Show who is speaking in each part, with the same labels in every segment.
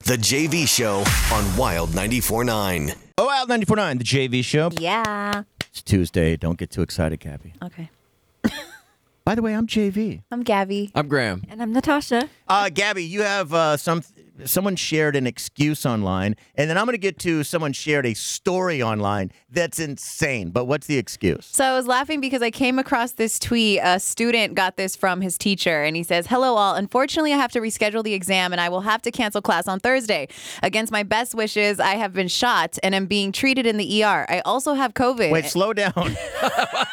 Speaker 1: The JV Show on Wild 94.9.
Speaker 2: Oh, Wild 94.9, the JV show.
Speaker 3: Yeah.
Speaker 2: It's Tuesday. Don't get too excited, Cappy.
Speaker 3: Okay.
Speaker 2: By the way, I'm JV.
Speaker 3: I'm Gabby.
Speaker 4: I'm Graham.
Speaker 3: And I'm Natasha.
Speaker 2: Uh, Gabby, you have uh, some. Someone shared an excuse online, and then I'm going to get to someone shared a story online that's insane. But what's the excuse?
Speaker 3: So I was laughing because I came across this tweet. A student got this from his teacher, and he says, Hello, all. Unfortunately, I have to reschedule the exam, and I will have to cancel class on Thursday. Against my best wishes, I have been shot and am being treated in the ER. I also have COVID.
Speaker 2: Wait, slow down.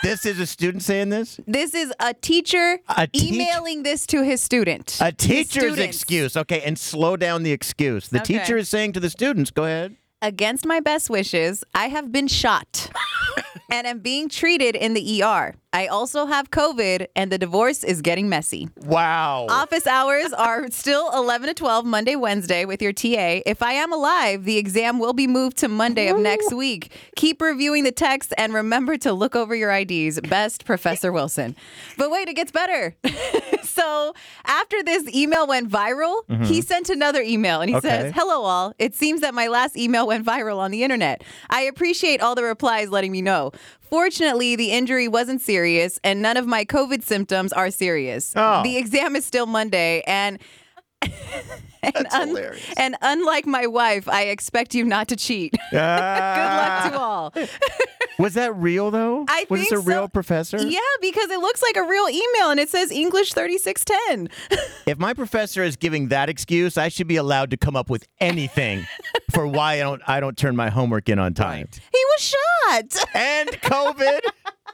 Speaker 2: this is a student saying this?
Speaker 3: this is a teacher
Speaker 2: A teach-
Speaker 3: emailing this to his student.
Speaker 2: A
Speaker 3: His
Speaker 2: teacher's
Speaker 3: students.
Speaker 2: excuse. Okay, and slow down the excuse. The
Speaker 3: Okay.
Speaker 2: teacher is saying to the students, go ahead.
Speaker 3: Against my best wishes, I have been shot and am being treated in the ER. I also have COVID, and the divorce is getting messy.
Speaker 2: Wow.
Speaker 3: Office hours are still 11 to 12, Monday, Wednesday, with your TA. If I am alive, the exam will be moved to Monday of next week. Keep reviewing the text and remember to look over your IDs. Best, Professor Wilson. But wait, it gets better. so after this email went viral, he sent another email and he
Speaker 2: Okay.
Speaker 3: says, Hello, all. It seems that my last email went viral on the internet. I appreciate all the replies letting me know. Fortunately, the injury wasn't serious and none of my COVID symptoms are serious.
Speaker 2: Oh.
Speaker 3: The exam is still Monday and. and, un-
Speaker 2: hilarious.
Speaker 3: and unlike my wife, I expect you not to cheat. Good luck
Speaker 2: Ah.
Speaker 3: to all.
Speaker 2: Was that real, though?
Speaker 3: I
Speaker 2: was
Speaker 3: think
Speaker 2: this a
Speaker 3: so.
Speaker 2: real professor?
Speaker 3: Yeah, because it looks like a real email and it says English 3610.
Speaker 2: If my professor is giving that excuse, I should be allowed to come up with anything for why I don't I don't turn my homework in on time.
Speaker 3: He was shot
Speaker 2: And COVID.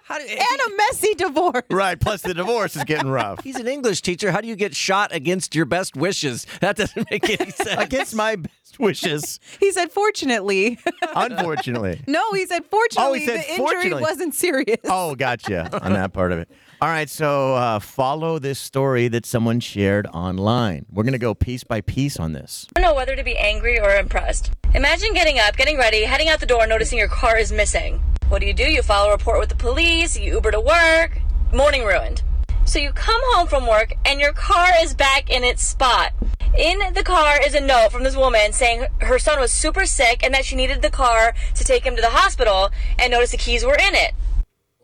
Speaker 4: How do,
Speaker 3: and a messy divorce.
Speaker 2: right, plus the divorce is getting rough.
Speaker 4: he's an English teacher. How do you get shot against your best wishes? That doesn't make any sense.
Speaker 2: Against my best wishes,
Speaker 3: He said, fortunately.
Speaker 2: unfortunately.
Speaker 3: No, he said, fortunately,
Speaker 2: Oh, he said,
Speaker 3: the injury
Speaker 2: "Fortunately."
Speaker 3: wasn't serious.
Speaker 2: Oh, gotcha on that part of it. All right, so uh, follow this story that someone shared online. We're going to go piece by piece on this.
Speaker 5: don't know whether to be angry or impressed. Imagine getting up, getting ready, heading out the door, noticing your car is missing. What do you do? You file a report with the police, you Uber to work, morning ruined. So you come home from work and your car is back in its spot. In the car is a note from this woman saying her son was super sick and that she needed the car to take him to the hospital and noticed the keys were in it.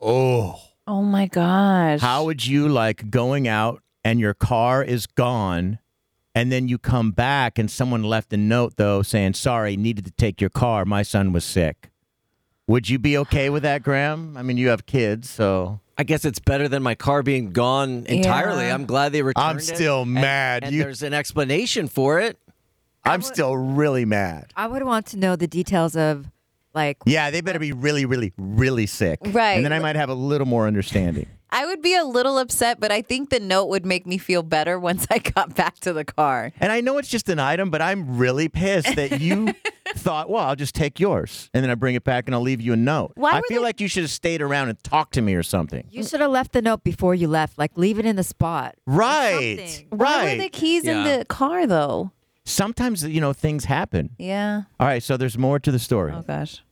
Speaker 2: Oh.
Speaker 3: Oh my gosh.
Speaker 2: How would you like going out and your car is gone and then you come back and someone left a note though saying, sorry, needed to take your car. My son was sick. Would you be okay with that, Graham? I mean, you have kids, so.
Speaker 4: I guess it's better than my car being gone entirely.
Speaker 3: Yeah.
Speaker 4: I'm glad they returned
Speaker 2: I'm
Speaker 4: it.
Speaker 2: still
Speaker 4: And-
Speaker 2: mad.
Speaker 4: And
Speaker 2: You-
Speaker 4: there's an explanation for it.
Speaker 2: I'm still really mad.
Speaker 6: I would want to know the details of like
Speaker 2: Yeah, they better be really, really, really sick.
Speaker 3: Right.
Speaker 2: And then I might have a little more understanding.
Speaker 3: I would be a little upset, but I think the note would make me feel better once I got back to the car.
Speaker 2: And I know it's just an item, but I'm really pissed that you thought, well, I'll just take yours. And then I bring it back and I'll leave you a note.
Speaker 3: Why
Speaker 2: I
Speaker 3: were
Speaker 2: feel
Speaker 3: they-
Speaker 2: like you should have stayed around and talked to me or something.
Speaker 6: you should have left the note before you left. Like leave it in the spot.
Speaker 2: Right.
Speaker 6: something.
Speaker 3: Why
Speaker 2: Right.
Speaker 3: were the keys
Speaker 4: Yeah.
Speaker 3: in the car, though?
Speaker 2: Sometimes, you know, things happen.
Speaker 3: Yeah.
Speaker 2: All right, so there's more to the story.
Speaker 3: Oh gosh.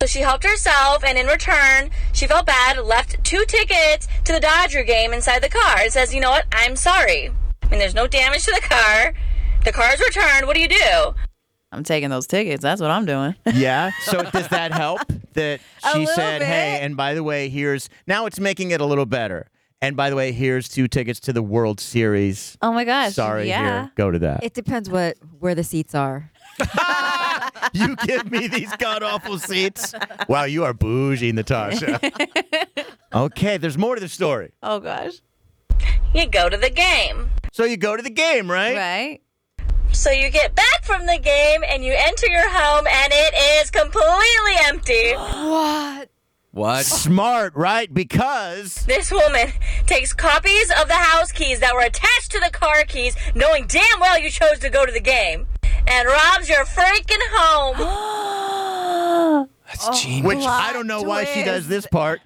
Speaker 5: So she helped herself, and in return, she felt bad, left two tickets to the Dodger game inside the car. It says, you know what, I'm sorry. I mean, there's no damage to the car. The car's returned. What do you do?
Speaker 3: I'm taking those tickets. That's what I'm doing.
Speaker 2: Yeah. So does that help that
Speaker 3: A
Speaker 2: she
Speaker 3: little
Speaker 2: said, "Hey,
Speaker 3: bit.
Speaker 2: and by the way, here's now it's making it a little better. And by the way, here's two tickets to the World Series.
Speaker 3: Oh my gosh.
Speaker 2: Sorry,
Speaker 3: Yeah.
Speaker 2: here, go to that.
Speaker 6: It depends what where the seats are.
Speaker 2: you give me these god awful seats. Wow, you are bougie, Natasha. okay, there's more to the story.
Speaker 3: Oh gosh.
Speaker 5: You go to the game.
Speaker 2: So you go to the game, right?
Speaker 3: Right.
Speaker 5: So you get back from the game, and you enter your home, and it is completely empty.
Speaker 4: What?
Speaker 2: Smart, right? Because
Speaker 5: This woman takes copies of the house keys that were attached to the car keys, knowing damn well you chose to go to the game, and robs your freaking home.
Speaker 4: That's genius.
Speaker 2: Which I don't know why she does this part.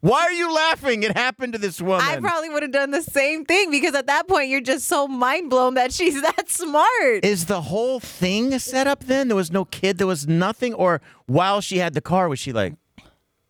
Speaker 2: why are you laughing? It happened to this woman.
Speaker 3: I probably would have done the same thing because at that point you're just so mind blown that she's that smart.
Speaker 2: Is the whole thing set up then? There was no kid, there was nothing, or while she had the car, was she like,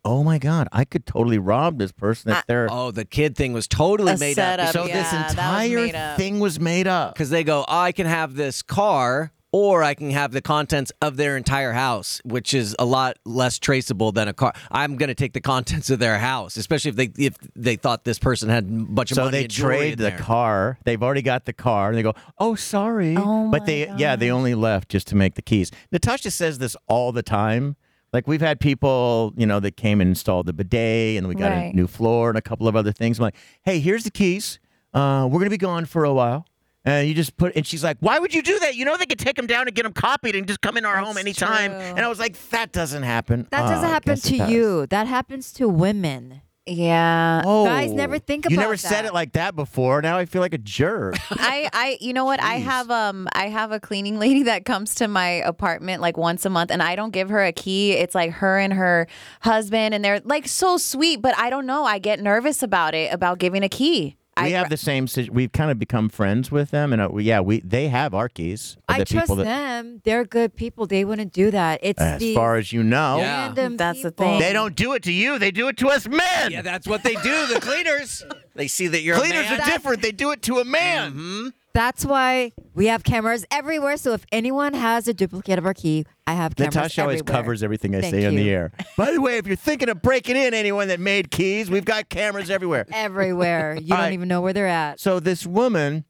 Speaker 2: oh my God, I could totally rob this person if they're.
Speaker 4: Oh, the kid thing was totally
Speaker 3: A
Speaker 4: made
Speaker 3: setup.
Speaker 4: up.
Speaker 2: so this
Speaker 3: yeah, that was
Speaker 2: entire
Speaker 3: made up.
Speaker 2: thing was made up.
Speaker 4: Because they go, oh, I can have this car or I can have the contents of their entire house, which is a lot less traceable than a car. I'm going to take the contents of their house, especially if they if they thought this person had a bunch of
Speaker 2: So
Speaker 4: money
Speaker 2: they
Speaker 4: and jewelry
Speaker 2: trade
Speaker 4: in
Speaker 2: the
Speaker 4: there.
Speaker 2: car. They've already got the car. And they go, oh, sorry.
Speaker 6: Oh
Speaker 2: but
Speaker 6: my
Speaker 2: they, yeah, they only left just to make the keys. Natasha says this all the time. Like we've had people, you know, that came and installed the bidet and we got
Speaker 3: Right.
Speaker 2: a new floor and a couple of other things. I'm like, hey, here's the keys. Uh, we're going to be gone for a while. And you just put, and she's like, why would you do that? You know, they could take them down and get them copied and just come into our home anytime.
Speaker 3: true.
Speaker 2: And I was like, that doesn't happen.
Speaker 6: That
Speaker 2: "Oh,
Speaker 6: doesn't
Speaker 2: I
Speaker 6: happen
Speaker 2: guess it
Speaker 6: to
Speaker 2: does."
Speaker 6: you. That happens to women.
Speaker 3: Yeah.
Speaker 2: Oh,
Speaker 6: Guys never think
Speaker 2: You
Speaker 6: about
Speaker 2: never said
Speaker 6: that.
Speaker 2: it like that before. Now I feel like a jerk.
Speaker 3: I, I you know what I have um I have a cleaning lady that comes to my apartment like once a month and I don't give her a key. It's like her and her husband and they're like so sweet, but I don't know. I get nervous about it about giving a key. I
Speaker 2: we have the same. si- We've kind of become friends with them, and uh, we- yeah, we they have our keys.
Speaker 6: I
Speaker 2: the
Speaker 6: trust
Speaker 2: people that,
Speaker 6: them. They're good people. They wouldn't do that. It's
Speaker 2: As
Speaker 6: these
Speaker 2: far as you know,
Speaker 4: Yeah.
Speaker 6: random
Speaker 3: That's the
Speaker 6: people.
Speaker 3: thing.
Speaker 2: they don't do it to you. They do it to us men.
Speaker 4: Yeah, that's what they do. The cleaners. they see that you're
Speaker 2: Cleaners
Speaker 4: a man. Mm-hmm.
Speaker 2: are different. They do it to a man.
Speaker 6: That's why we have cameras everywhere. So if anyone has a duplicate of our key, I have cameras
Speaker 2: Natasha always
Speaker 6: everywhere.
Speaker 2: covers everything I
Speaker 6: Thank
Speaker 2: say on the
Speaker 6: you.
Speaker 2: air. By the way, if you're thinking of breaking in anyone that made keys, we've got cameras everywhere.
Speaker 6: everywhere. You
Speaker 2: All
Speaker 6: don't
Speaker 2: right.
Speaker 6: even know where they're at.
Speaker 2: So this woman,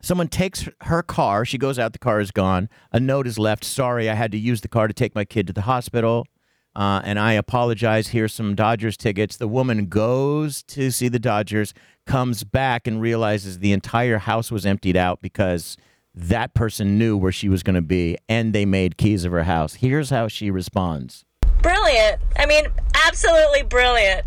Speaker 2: someone takes her- her car. She goes out. The car is gone. A note is left. Sorry, I had to use the car to take my kid to the hospital. Uh, and I apologize. Here's some Dodgers tickets. The woman goes to see the Dodgers, comes back, and realizes the entire house was emptied out because that person knew where she was going to be and they made keys of her house. Here's how she responds
Speaker 5: Brilliant. I mean, absolutely brilliant.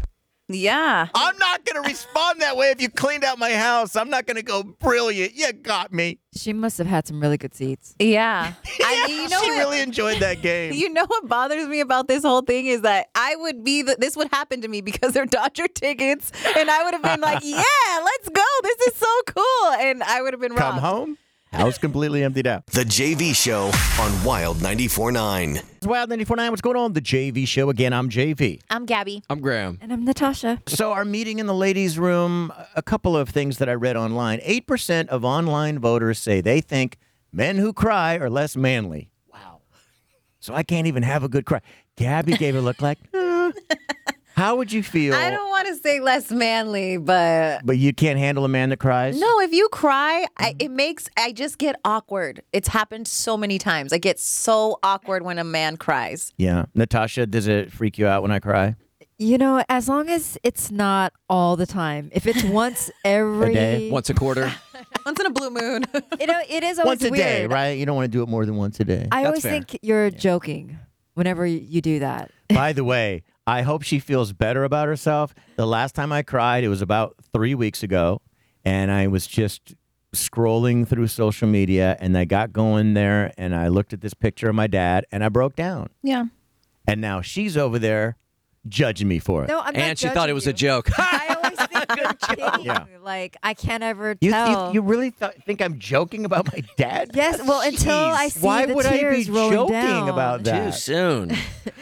Speaker 3: Yeah.
Speaker 2: I'm not going to respond that way if you cleaned out my house. I'm not going to go brilliant. You got me.
Speaker 6: She must have had some really good seats.
Speaker 3: Yeah. I mean, you know
Speaker 2: she
Speaker 3: what?
Speaker 2: really enjoyed that game.
Speaker 3: you know what bothers me about this whole thing is that I would be the, this would happen to me because they're Dodger tickets, and I would have been like, "Yeah, let's go! This is so cool!" And I would have been
Speaker 2: Come
Speaker 3: robbed.
Speaker 2: home. House completely emptied out.
Speaker 1: The JV Show on Wild 94.9.
Speaker 2: It's Wild 94.9. What's going on? The JV show. Again, I'm JV.
Speaker 3: I'm Gabby.
Speaker 4: I'm Graham.
Speaker 6: And I'm Natasha.
Speaker 2: So, our meeting in the ladies' room, a couple of things that I read online. 8% of online voters say they think men who cry are less manly. Wow. So, I can't even have a good cry. Gabby gave a look like, "Uh." how would you feel?
Speaker 3: I don't want to say less manly, but
Speaker 2: But you can't handle a man that cries?
Speaker 3: no, if you cry, I, it makes I just get awkward. It's happened so many times. I get so awkward when a man cries.
Speaker 2: Yeah. Natasha, does it freak you out when I cry?
Speaker 6: You know, as long as it's not all the time. If it's once every
Speaker 2: day?
Speaker 4: Once a quarter.
Speaker 3: Once in a blue moon.
Speaker 6: You know, it is always
Speaker 2: once a
Speaker 6: weird.
Speaker 2: day, right? You don't want to do it more than once a day.
Speaker 6: I
Speaker 4: That's
Speaker 6: always
Speaker 4: fair.
Speaker 6: think you're joking whenever you- you do that.
Speaker 2: By the way, I hope she feels better about herself. The last time I cried, it was about three weeks ago, and I was just scrolling through social media, and I got going there, and I looked at this picture of my dad, and I broke down.
Speaker 3: yeah.
Speaker 2: And now she's over there judging me for it.
Speaker 6: No, I'm not
Speaker 4: and she thought it was a
Speaker 6: judging you.
Speaker 4: joke.
Speaker 6: I always think you're kidding.
Speaker 2: Yeah.
Speaker 6: Like I can't ever
Speaker 2: you,
Speaker 6: tell.
Speaker 2: you, you really th- think I'm joking about my dad?
Speaker 6: yes, well, until I
Speaker 2: Jeez.
Speaker 6: see
Speaker 2: Why
Speaker 6: the
Speaker 2: would I be
Speaker 6: tears rolling
Speaker 2: joking
Speaker 6: down.
Speaker 2: about that?
Speaker 4: Too soon.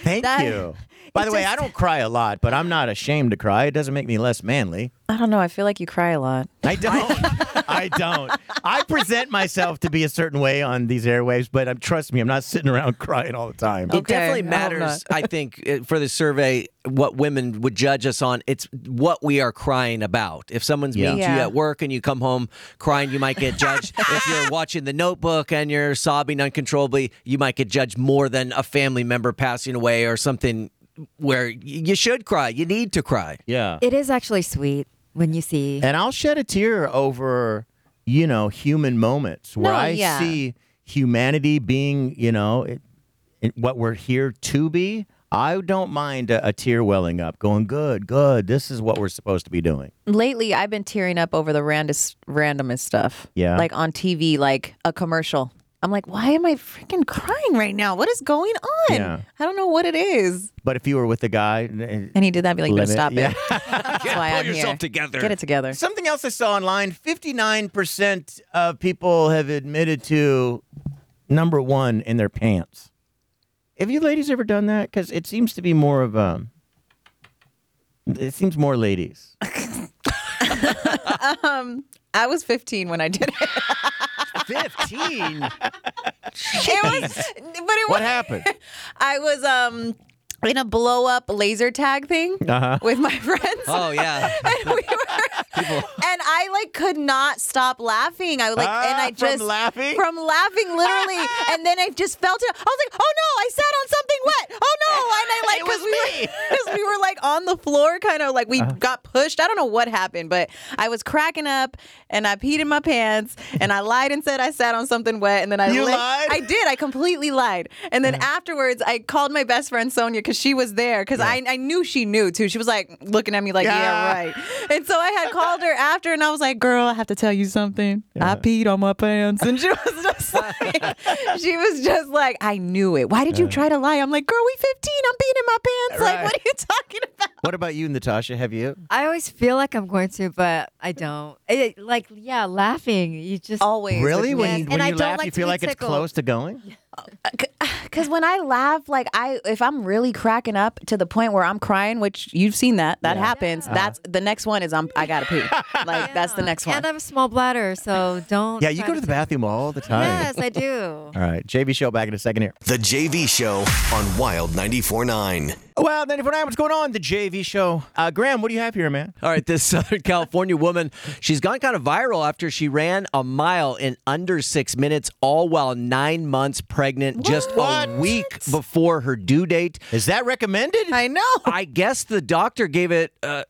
Speaker 2: Thank
Speaker 6: That-
Speaker 2: you. By the way, I don't cry a lot, but I'm not ashamed to cry. It doesn't make me less manly.
Speaker 3: I don't know. I feel like you cry a lot.
Speaker 2: I don't. I don't. I present myself to be a certain way on these airwaves, but um, trust me, I'm not sitting around crying all the time.
Speaker 4: It definitely
Speaker 3: I hope
Speaker 4: matters, I think, uh, for the survey, what women would judge us on. It's what we are crying about. If someone's mean to you
Speaker 3: Yeah.
Speaker 4: at work and you come home crying, you might get judged. if you're watching The Notebook and you're sobbing uncontrollably, you might get judged more than a family member passing away or something where y- you should cry. You need to cry.
Speaker 2: Yeah.
Speaker 6: It is actually sweet when you see.
Speaker 2: And I'll shed a tear over, you know, human moments where
Speaker 3: No,
Speaker 2: I
Speaker 3: yeah.
Speaker 2: see humanity being, you know, it, it, what we're here to be. I don't mind a, a tear welling up, going, good, good. This is what we're supposed to be doing.
Speaker 3: Lately, I've been tearing up over the randomest, randomest stuff.
Speaker 2: Yeah.
Speaker 3: Like on TV, like a commercial. I'm like, why am I freaking crying right now? What is going on?
Speaker 2: Yeah.
Speaker 3: I don't know what it is.
Speaker 2: But if you were with a guy, eh,
Speaker 3: And he did that, I'd be like, no,
Speaker 2: Limit,
Speaker 3: stop
Speaker 2: yeah.
Speaker 3: it. That's why I'm here.
Speaker 4: together.
Speaker 3: Get it together.
Speaker 2: Something else I saw online 59% of people have admitted to number one in their pants. Have you ladies ever done that? Because it seems to be more of a It seems more ladies.
Speaker 3: I was 15 when I did it.
Speaker 4: 15?
Speaker 3: it was, but it was.
Speaker 7: What happened?
Speaker 3: I was um in a blow up laser tag thing with my friends.
Speaker 4: Oh, yeah.
Speaker 3: and we were, and I like could not stop laughing. I like, and
Speaker 2: Ah,
Speaker 3: I
Speaker 2: from
Speaker 3: just
Speaker 2: laughing?
Speaker 3: from laughing literally, and then I just felt it. I was like, oh no, I sat on something wet. Oh no, and I like because we were because we were like on the floor, kind of like we
Speaker 2: Uh-huh.
Speaker 3: got pushed. I don't know what happened, but I was cracking up, and I peed in my pants, and I lied and said I sat on something wet, and then I
Speaker 2: You
Speaker 3: licked-
Speaker 2: lied? Uh-huh.
Speaker 3: I did. I completely lied. And then afterwards, I called my best friend Sonia because she was there because I, I knew she knew too. She was like looking at me like,
Speaker 2: Yeah.
Speaker 3: yeah, right. And so I had called her after and I was like, girl, I have to tell you something. I peed on my pants. And she was just like, she was just like, I knew it. Why did you try to lie? I'm like, girl, we 15. I'm peeing in my pants. Like,
Speaker 2: Right.
Speaker 3: what are you talking about?
Speaker 2: What about you, Natasha? Have you?
Speaker 6: I always feel like I'm going to, but I don't. It, like, yeah, laughing. You just
Speaker 3: Always.
Speaker 2: Really? When,
Speaker 6: Yes,
Speaker 2: you-
Speaker 6: and
Speaker 2: when
Speaker 6: I
Speaker 2: you
Speaker 6: don't
Speaker 2: laugh,
Speaker 6: like
Speaker 2: you
Speaker 6: to
Speaker 2: feel
Speaker 6: be
Speaker 2: like it's
Speaker 6: tickled.
Speaker 2: close to going?
Speaker 3: Because when I laugh, like I, if I'm really cracking up to the point where I'm crying, which you've seen that, that happens. That's the next one is I'm, I gotta pee. Like that's the next one.
Speaker 6: And I have a small bladder, so don't.
Speaker 2: Yeah, you
Speaker 6: try
Speaker 2: go to the bathroom all the time.
Speaker 6: Yes, I do.
Speaker 2: All right, JV show back in a second here.
Speaker 1: The JV Show on Wild 94.9.
Speaker 2: Well, then if we're not, what's going on? The JV show. Uh, Graham, what do you have here, man?
Speaker 4: All right, this Southern California woman, she's gone kind of viral after she ran a mile in under six minutes, all while nine months pregnant, just a week before her due date.
Speaker 2: Is that recommended?
Speaker 3: I know.
Speaker 4: I guess the doctor gave it uh,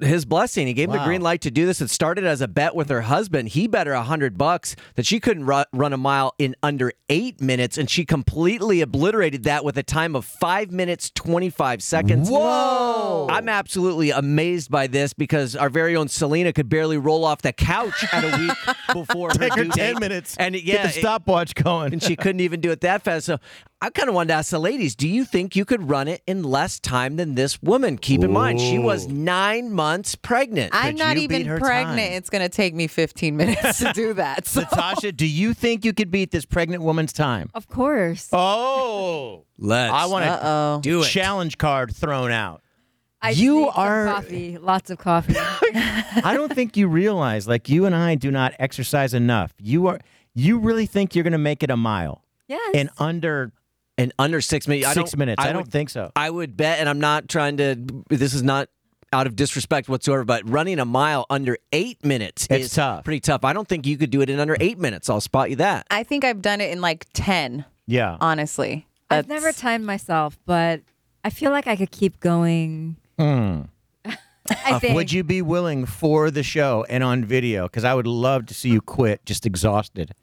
Speaker 4: his blessing. He gave him the
Speaker 2: Wow.
Speaker 4: green light to do this. It started as a bet with her husband. He bet her a hundred bucks that she couldn't ru- run a mile in under eight minutes, and she completely obliterated that with a time of five minutes twenty five seconds. Whoa! I'm absolutely amazed by this because our very own Selena could barely roll off the couch at a week before her
Speaker 2: Take her
Speaker 4: due
Speaker 2: 10
Speaker 4: date.
Speaker 2: minutes.
Speaker 4: and it- yeah,
Speaker 2: Get the
Speaker 4: it-
Speaker 2: stopwatch going.
Speaker 4: and she couldn't even do it that fast. So I kind of wanted to ask the ladies, do you think you could run it in less time than this woman? Keep in mind, she was nine months pregnant.
Speaker 3: I'm
Speaker 2: Could
Speaker 3: not
Speaker 2: you
Speaker 3: even
Speaker 2: beat her
Speaker 3: pregnant.
Speaker 2: time?
Speaker 3: It's gonna take me 15 minutes to do that. So.
Speaker 2: Natasha, do you think you could beat this pregnant woman's time?
Speaker 6: Of course.
Speaker 2: Oh,
Speaker 4: Let's.
Speaker 2: I want
Speaker 3: Uh-oh.
Speaker 2: to do it. Challenge card thrown out.
Speaker 6: I just
Speaker 2: You
Speaker 6: need some
Speaker 2: are-
Speaker 6: coffee, lots of coffee.
Speaker 2: I don't think you realize, like you and I do not exercise enough. You are, you really think you're going to make it a mile
Speaker 6: yes.
Speaker 2: in under
Speaker 4: in under six minutes. I
Speaker 2: six
Speaker 4: don't-
Speaker 2: minutes? I,
Speaker 4: would-
Speaker 2: don't think so.
Speaker 4: I would bet, and I'm not trying to. This is not out of disrespect whatsoever, but running a mile under eight minutes
Speaker 2: It's
Speaker 4: is
Speaker 2: tough.
Speaker 4: pretty tough. I don't think you could do it in under eight minutes. I'll spot you that.
Speaker 3: I think I've done it in like 10,
Speaker 2: yeah.
Speaker 3: honestly.
Speaker 6: I've
Speaker 3: That's-
Speaker 6: never timed myself, but I feel like I could keep going.
Speaker 2: Hmm.
Speaker 6: I think.
Speaker 2: Would you be willing for the show and on video? Because I would love to see you quit, just exhausted.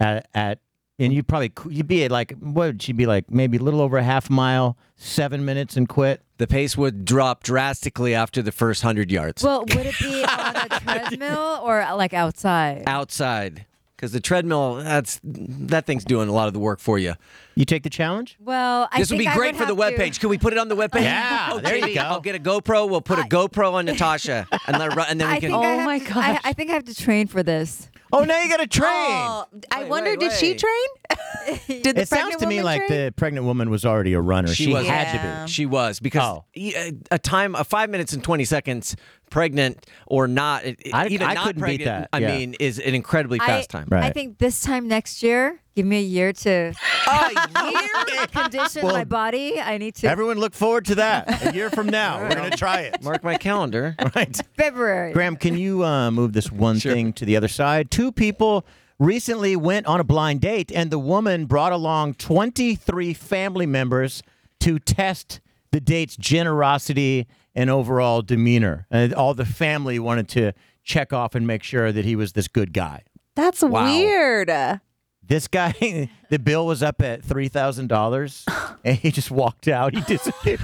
Speaker 2: At, at and you'd probably qu- you'd be at like what would she be like? Maybe a little over a half mile, seven minutes, and quit.
Speaker 4: The pace would drop drastically after the first hundred yards
Speaker 6: Well, would it be on a treadmill or like outside?
Speaker 4: outside. Because the treadmill, that's that thing's doing a lot of the work for you.
Speaker 2: You take the challenge.
Speaker 6: Well, I
Speaker 4: This would be
Speaker 6: think I
Speaker 4: great for
Speaker 6: have
Speaker 4: the
Speaker 6: to-
Speaker 4: webpage. Can we put it on the webpage?
Speaker 2: Yeah,
Speaker 4: Okay,
Speaker 2: there you go.
Speaker 4: I'll get a GoPro. We'll put a GoPro on Natasha and let her run, and then we
Speaker 6: I
Speaker 4: can.
Speaker 6: think I
Speaker 3: Oh
Speaker 6: have
Speaker 3: my
Speaker 6: to-
Speaker 3: gosh.
Speaker 6: I, I think I have to train for this.
Speaker 2: Oh, now you got to train.
Speaker 3: Oh, I
Speaker 4: Wait,
Speaker 3: wonder,
Speaker 4: wait,
Speaker 3: did she
Speaker 4: wait.
Speaker 3: train? did the
Speaker 2: it sounds
Speaker 3: pregnant
Speaker 2: to me
Speaker 3: woman
Speaker 2: like
Speaker 3: train?
Speaker 2: the pregnant woman was already a runner. She,
Speaker 4: was.
Speaker 2: had to
Speaker 3: Yeah.
Speaker 2: be.
Speaker 4: She was because
Speaker 2: Oh.
Speaker 4: y- a- a time, a five minutes and twenty seconds, pregnant or not, it- it-
Speaker 2: I-
Speaker 4: even
Speaker 2: I
Speaker 4: not
Speaker 2: couldn't beat
Speaker 4: pregnant.
Speaker 2: that,
Speaker 4: I
Speaker 2: yeah.
Speaker 4: mean, is an incredibly fast
Speaker 6: I,
Speaker 4: time.
Speaker 2: Right.
Speaker 6: I think this time next year, give me a year to Oh, condition my body. I need to
Speaker 2: Everyone look forward to that. A year from now, we're going to try it.
Speaker 4: Mark my calendar.
Speaker 2: Right.
Speaker 6: February.
Speaker 2: Graham, can you uh, move this one thing to the other side? Two people recently went on a blind date, and the woman brought along 23 family members to test the date's generosity and overall demeanor. And all the family wanted to check off and make sure that he was this good guy.
Speaker 3: That's weird. That's
Speaker 2: This guy, the bill was up at three thousand dollars, and he just walked out. He disappeared.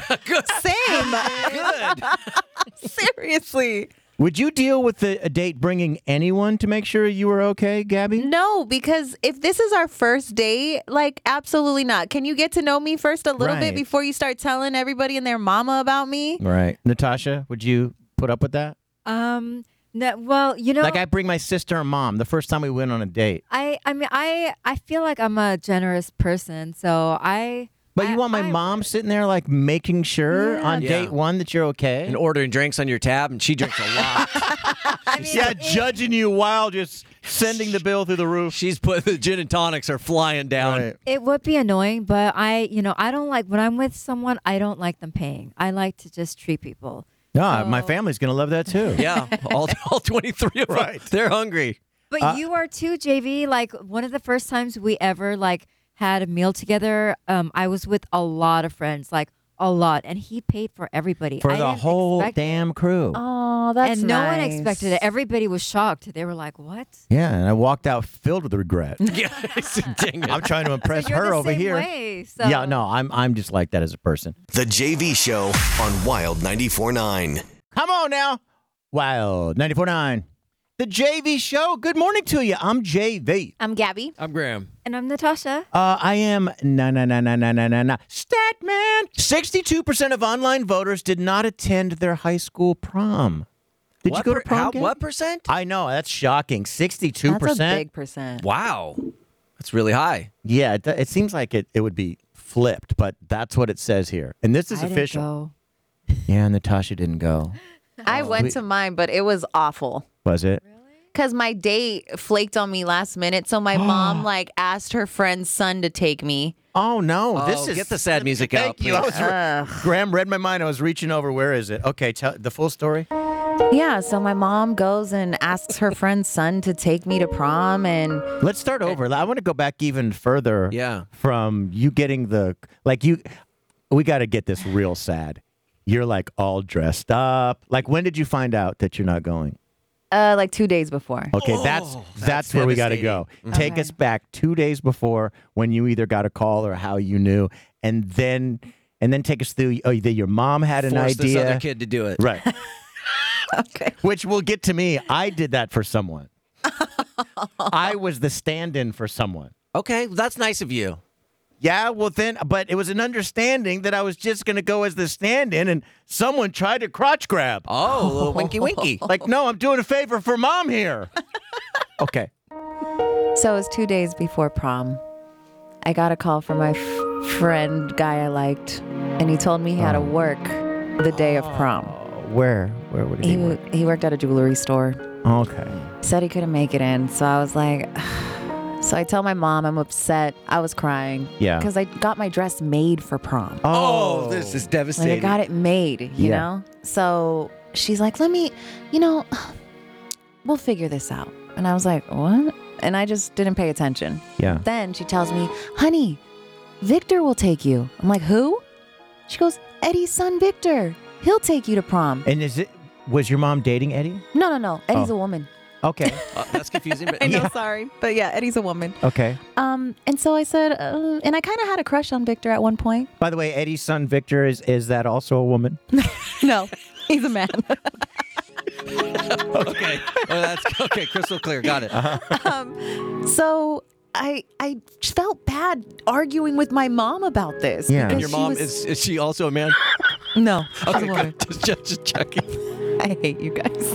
Speaker 4: Good.
Speaker 3: Seriously.
Speaker 2: Would you deal with the, a date bringing anyone to make sure you were okay, Gabby?
Speaker 3: No, because if this is our first date, like absolutely not. Can you get to know me first a little
Speaker 2: Right.
Speaker 3: bit before you start telling everybody and their mama about me?
Speaker 2: Right, Natasha, would you put up with that?
Speaker 6: Um. No, well, you know,
Speaker 2: Like I bring my sister and mom the first time we went on a date.
Speaker 6: I I mean I I feel like I'm a generous person, so I
Speaker 2: But
Speaker 6: I-
Speaker 2: you want my
Speaker 6: I
Speaker 2: mom sitting there like making sure on
Speaker 4: Yeah.
Speaker 2: date one that you're okay?
Speaker 4: and ordering drinks on your tab, and she drinks a lot.
Speaker 6: I mean,
Speaker 2: yeah,
Speaker 6: it-
Speaker 2: judging you while just sending the bill through the roof.
Speaker 4: She's put the gin and tonics are flying down.
Speaker 2: Right.
Speaker 6: It would be annoying, but I, you know, I don't like when I'm with someone. I don't like them paying. I like to just treat people.
Speaker 2: No, my
Speaker 6: Oh.
Speaker 2: family's gonna love that too.
Speaker 4: Yeah, all, all 23 of them.
Speaker 2: Right.
Speaker 4: They're hungry.
Speaker 6: But
Speaker 2: Uh,
Speaker 6: you are too, JV. Like one of the first times we ever like had a meal together, um, I was with a lot of friends, like a lot, and he paid for everybody
Speaker 2: For
Speaker 6: I
Speaker 2: the
Speaker 6: didn't
Speaker 2: whole
Speaker 6: expect it.
Speaker 2: damn crew.
Speaker 3: Oh, that's
Speaker 6: and no one expected it. Everybody was shocked. They were like, "What?"
Speaker 2: Yeah, and I walked out filled with regret.
Speaker 4: Yeah, dang it.
Speaker 2: I'm trying to impress
Speaker 6: You're
Speaker 2: her
Speaker 6: the
Speaker 2: over
Speaker 6: same
Speaker 2: here.
Speaker 6: way, so-
Speaker 2: Yeah, no, I'm I'm just like that as a person.
Speaker 1: The JV Show on Wild 94.9.
Speaker 2: Come on now. Wild 94.9. The JV show. Good morning to you. I'm JV.
Speaker 3: I'm Gabby.
Speaker 4: I'm Graham.
Speaker 6: And I'm Natasha.
Speaker 2: Uh, I am na na na na na na na na Statman. Sixty-two percent of online voters did not attend their high school prom. Did you
Speaker 4: What
Speaker 2: go
Speaker 4: per-
Speaker 2: to prom?
Speaker 4: how-
Speaker 2: Gabby?
Speaker 4: what percent?
Speaker 2: I know that's shocking. Sixty-two
Speaker 3: That's a
Speaker 2: percent.
Speaker 3: big percent.
Speaker 4: Wow. That's really high.
Speaker 2: Yeah, it, it seems like it, it would be flipped, but that's what it says here, and this is
Speaker 6: I didn't
Speaker 2: official.
Speaker 6: go.
Speaker 2: Yeah, Natasha didn't go.
Speaker 3: I went to mine, but it was awful.
Speaker 2: Was it?
Speaker 3: Cause my date flaked on me last minute, so my mom like asked her friend's son to take me.
Speaker 2: Oh no! this
Speaker 4: Oh,
Speaker 2: is
Speaker 4: get the sad music out.
Speaker 2: Thank you. I
Speaker 4: please.
Speaker 2: was re- Graham read my mind. I was reaching over. Where is it? Okay, tell the full story.
Speaker 3: Yeah, so my mom goes and asks her friend's son to take me to prom, and
Speaker 2: Let's start over. I want to go back even further.
Speaker 4: Yeah.
Speaker 2: From you getting the like you, we got to get this real sad. You're like all dressed up. Like when did you find out that you're not going?
Speaker 3: uh, like two days before.
Speaker 2: Okay, that's
Speaker 4: Oh,
Speaker 2: that's, where we got to go. Take us back two days before when you either got a call or how you knew, and then and then take us through. Oh, that your mom had an
Speaker 4: Force
Speaker 2: idea,
Speaker 4: this other kid to do it.
Speaker 2: right?
Speaker 3: Okay.
Speaker 2: Which will get to me. I did that for someone. I was the stand-in for someone.
Speaker 4: Okay, that's nice of you.
Speaker 2: Yeah, well then, but it was an understanding that I was just going to go as the stand-in, and someone tried to crotch grab.
Speaker 4: Oh, a little winky winky.
Speaker 2: Like, no, I'm doing a favor for mom here. okay.
Speaker 3: So it was two days before prom. I got a call from my f- friend guy I liked, and he told me he had to work the day of
Speaker 4: Uh,
Speaker 3: prom.
Speaker 2: Where? Where would
Speaker 3: He he worked at a jewelry store.
Speaker 2: Okay.
Speaker 3: said he couldn't make it in. So I was like, so I tell my mom I'm upset. I was crying.
Speaker 2: Yeah.
Speaker 3: Because I got my dress made for prom.
Speaker 4: Oh, this is
Speaker 3: Like I
Speaker 4: devastating.
Speaker 3: got it made, you
Speaker 2: Yeah.
Speaker 3: know? So she's like, let me, you know, we'll figure this out. And I was like, what? And I just didn't pay attention.
Speaker 2: Yeah.
Speaker 3: Then she tells me, honey, Victor will take you. I'm like, who? She goes, Eddie's son, Victor. He'll take you to prom.
Speaker 2: And is it? Was your mom dating Eddie?
Speaker 3: No, no, no. Eddie's
Speaker 2: Oh.
Speaker 3: a woman.
Speaker 2: Okay.
Speaker 4: Uh, that's confusing, but
Speaker 2: know. Yeah.
Speaker 3: sorry. But yeah, Eddie's a woman.
Speaker 2: okay.
Speaker 3: Um, and so I said, uh, and I kind of had a crush on Victor at one point.
Speaker 2: By the way, Eddie's son Victor is is that also a woman?
Speaker 3: No, he's a man.
Speaker 4: okay. Oh, that's okay. Crystal clear. Got it.
Speaker 3: so I I felt bad arguing with my mom about this.
Speaker 2: Yeah.
Speaker 3: because
Speaker 2: And
Speaker 4: Your
Speaker 3: she
Speaker 4: mom
Speaker 3: was-
Speaker 4: is is she also a man?
Speaker 3: no, she's
Speaker 4: Okay,
Speaker 3: a woman.
Speaker 4: good. Just, just, just checking.
Speaker 3: I hate you guys.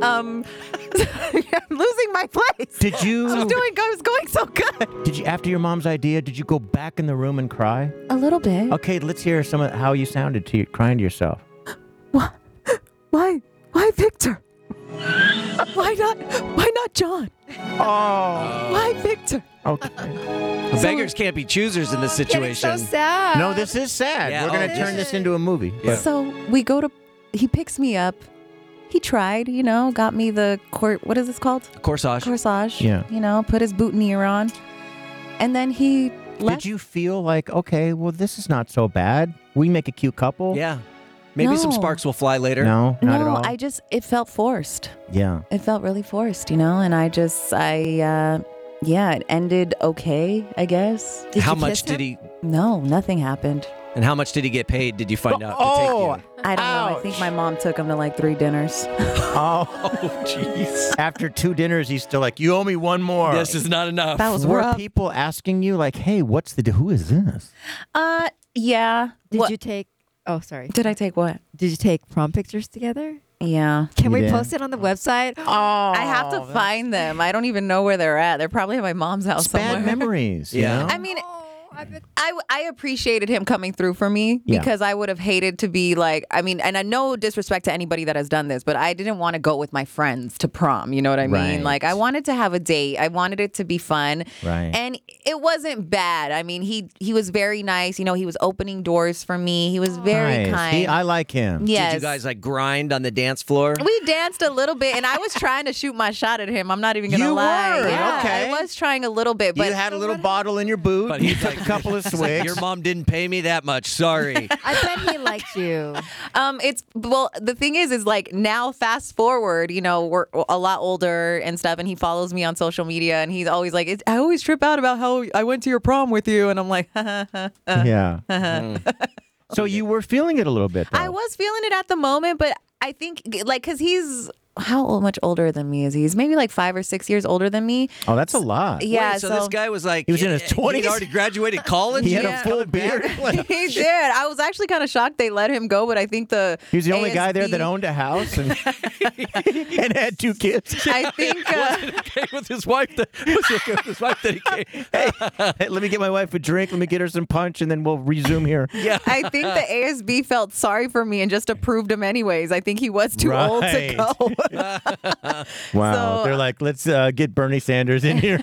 Speaker 3: um, I'm losing my place.
Speaker 2: Did you?
Speaker 3: I was doing, I was going so good.
Speaker 2: Did you after your mom's idea? Did you go back in the room and cry?
Speaker 3: A little bit.
Speaker 2: Okay, let's hear some of how you sounded to crying to yourself.
Speaker 3: Why? Why Victor? why not? Why not John?
Speaker 2: Oh,
Speaker 3: Why Victor?
Speaker 2: okay.
Speaker 4: Beggars can't be choosers in this
Speaker 6: Getting so
Speaker 4: situation.
Speaker 6: sad.
Speaker 2: No, this is sad.
Speaker 4: Uh, Yeah,
Speaker 2: We're
Speaker 4: oh,
Speaker 2: gonna
Speaker 4: this
Speaker 2: turn
Speaker 6: is-
Speaker 2: this into a movie.
Speaker 4: Yeah.
Speaker 3: So we go to, he picks me up. He tried, you know, got me the court, what is this called?
Speaker 4: Corsage.
Speaker 3: Corsage.
Speaker 2: Yeah.
Speaker 3: You know, put his boutonniere on. And then he left.
Speaker 2: Did you feel like okay, well, this is not so bad? We make a cute couple.
Speaker 4: Yeah. Maybe some
Speaker 3: No.
Speaker 4: sparks will fly later.
Speaker 2: No, not at
Speaker 3: no,
Speaker 2: all.
Speaker 3: I just, it felt forced.
Speaker 2: yeah.
Speaker 3: It felt really forced, you know, and I just, I, uh, yeah, it ended okay, I guess.
Speaker 6: Did
Speaker 4: how
Speaker 6: you
Speaker 4: much
Speaker 6: kiss
Speaker 4: did he
Speaker 6: him?
Speaker 3: No, nothing happened.
Speaker 4: and how much did he get paid? Did you find out to take you?
Speaker 3: I don't know. I think my mom took him to like three dinners.
Speaker 2: oh.
Speaker 4: Oh jeez.
Speaker 2: After two dinners, he's still like, "You owe me one more."
Speaker 4: This is not enough.
Speaker 3: That was
Speaker 2: Were
Speaker 3: rough.
Speaker 2: people asking you like, "Hey, what's the who is this?"
Speaker 3: Uh, yeah.
Speaker 6: Did
Speaker 3: What-
Speaker 6: you take? Oh, sorry.
Speaker 3: Did I take what?
Speaker 6: Did you take prom pictures together?
Speaker 3: Yeah.
Speaker 6: Can we
Speaker 2: did?
Speaker 6: post it on the website?
Speaker 2: Oh, I
Speaker 3: I have to find them. I don't even know where they're at. They're probably at my mom's house
Speaker 2: bad
Speaker 3: somewhere.
Speaker 2: memories. you
Speaker 4: Yeah.
Speaker 2: know?
Speaker 3: I mean,
Speaker 6: Oh, I
Speaker 3: I, I appreciated him coming through for me
Speaker 2: Yeah.
Speaker 3: because I would have hated to be like, I mean, and I no disrespect to anybody that has done this, but I didn't want to go with my friends to prom. You know what I mean?
Speaker 2: Right.
Speaker 3: Like, I wanted to have a date. I wanted it to be fun.
Speaker 2: Right.
Speaker 3: And it wasn't bad. I mean, he he was very nice. You know, he was opening doors for me. He was very
Speaker 2: Nice.
Speaker 3: kind.
Speaker 2: He- I like him.
Speaker 3: yes.
Speaker 4: Did you guys like grind on the dance floor?
Speaker 3: we danced a little bit, and I was trying to shoot my shot at him. I'm not even gonna
Speaker 2: You
Speaker 3: lie.
Speaker 2: were,
Speaker 3: Yeah,
Speaker 2: okay.
Speaker 3: I was trying a little bit, but
Speaker 2: you had a little bottle in your boot.
Speaker 4: But
Speaker 2: you
Speaker 4: he's
Speaker 2: took a
Speaker 4: like-
Speaker 2: couple of
Speaker 4: It's like, Your
Speaker 2: swigs.
Speaker 4: mom didn't pay me that much. Sorry.
Speaker 6: I bet he liked you.
Speaker 3: Um, it's well, the thing is, is like now, fast forward, you know, we're a lot older and stuff, and he follows me on social media, and he's always like, it's, I always trip out about how I went to your prom with you, and I'm like,
Speaker 2: yeah. so you were feeling it a little bit. Though.
Speaker 3: I was feeling it at the moment, but I think like because he's how old, much older than me is he? He's maybe like five or six years older than me.
Speaker 2: Oh, that's a lot.
Speaker 3: Yeah,
Speaker 4: Wait, so, this guy was like
Speaker 2: He was in his
Speaker 4: he-
Speaker 2: 20s?
Speaker 4: He'd already graduated college.
Speaker 2: He had
Speaker 3: Yeah.
Speaker 2: a full beard.
Speaker 3: he did. I was actually kind of shocked they let him go, but I think the
Speaker 2: He was the only guy there that
Speaker 3: ASB
Speaker 2: owned a house and, and had two kids.
Speaker 3: I think uh,
Speaker 4: okay with his wife. That, was okay with his wife that he came.
Speaker 2: Hey, let me get my wife a drink. Let me get her some punch, and then we'll resume here.
Speaker 4: Yeah.
Speaker 3: I think the ASB felt sorry for me and just approved him anyways. I think he was too old to
Speaker 2: Right.
Speaker 3: go.
Speaker 2: Wow.
Speaker 3: So-
Speaker 2: They're like, let's uh, get Bernie Sanders in here.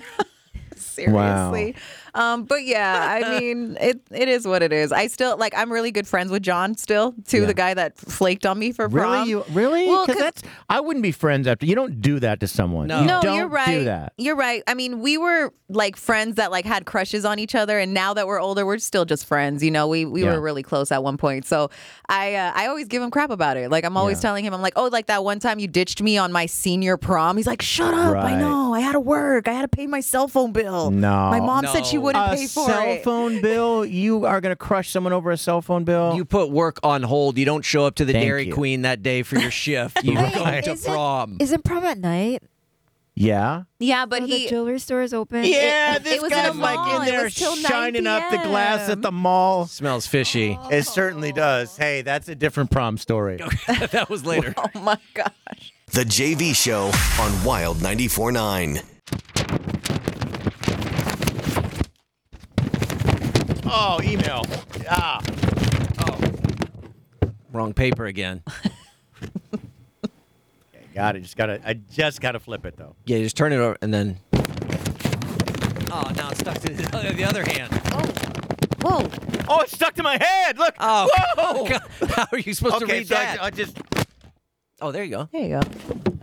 Speaker 3: Seriously. Um, but yeah, I mean, it it is what it is. I still like I'm really good friends with John still, too, the guy that flaked on me for prom.
Speaker 2: really? You, really?
Speaker 3: Well,
Speaker 2: 'Cause
Speaker 3: 'cause-
Speaker 2: that's I wouldn't be friends after. You don't do that to someone.
Speaker 4: No.
Speaker 2: You
Speaker 3: no,
Speaker 2: don't
Speaker 3: you're right.
Speaker 2: do that.
Speaker 3: You're right. I mean, we were like friends that like had crushes on each other, and now that we're older, we're still just friends. You know, we we
Speaker 2: Yeah.
Speaker 3: were really close at one point. So I uh, I always give him crap about it. Like I'm always telling him, I'm like, oh, like that one time you ditched me on my senior prom. He's like, shut up.
Speaker 2: Right.
Speaker 3: I know. I had to work. I had to pay my cell phone bill.
Speaker 2: No.
Speaker 3: my mom said she
Speaker 4: No.
Speaker 3: wouldn't
Speaker 2: a
Speaker 3: pay for
Speaker 2: cell
Speaker 3: it.
Speaker 2: phone bill. You are going to crush someone over a cell phone bill.
Speaker 4: You put work on hold. You don't show up to the
Speaker 2: Oh. Thank
Speaker 4: Dairy
Speaker 2: you.
Speaker 4: Queen that day for your shift. You
Speaker 2: Right.
Speaker 4: go to prom.
Speaker 6: It, isn't prom at night?
Speaker 2: yeah.
Speaker 3: Yeah, but
Speaker 6: Oh,
Speaker 3: he
Speaker 6: the jewelry store is open.
Speaker 2: Yeah,
Speaker 3: it
Speaker 2: this
Speaker 3: was in
Speaker 2: guy's
Speaker 3: a
Speaker 2: like
Speaker 3: mall.
Speaker 2: in
Speaker 3: It
Speaker 2: there
Speaker 3: was till 9
Speaker 2: shining up the glass
Speaker 3: PM.
Speaker 2: at the mall.
Speaker 4: Smells fishy.
Speaker 3: Oh.
Speaker 2: It certainly does. Hey, that's a different prom story.
Speaker 4: that was later.
Speaker 3: oh my god.
Speaker 1: The JV Show on Wild 94.9.
Speaker 2: Oh, email. Ah.
Speaker 4: Wrong paper again.
Speaker 2: Got it. Just gotta. I just gotta flip it though.
Speaker 4: Yeah, you just turn it over and then. Oh, now it's stuck to the, the other hand.
Speaker 3: Whoa.
Speaker 2: Oh, it's stuck to my head. Look.
Speaker 4: Oh,
Speaker 2: Whoa.
Speaker 4: God. how are you supposed to
Speaker 2: Okay,
Speaker 4: read
Speaker 2: so
Speaker 4: that?
Speaker 2: I, I just.
Speaker 4: oh, there you go.
Speaker 3: There you go.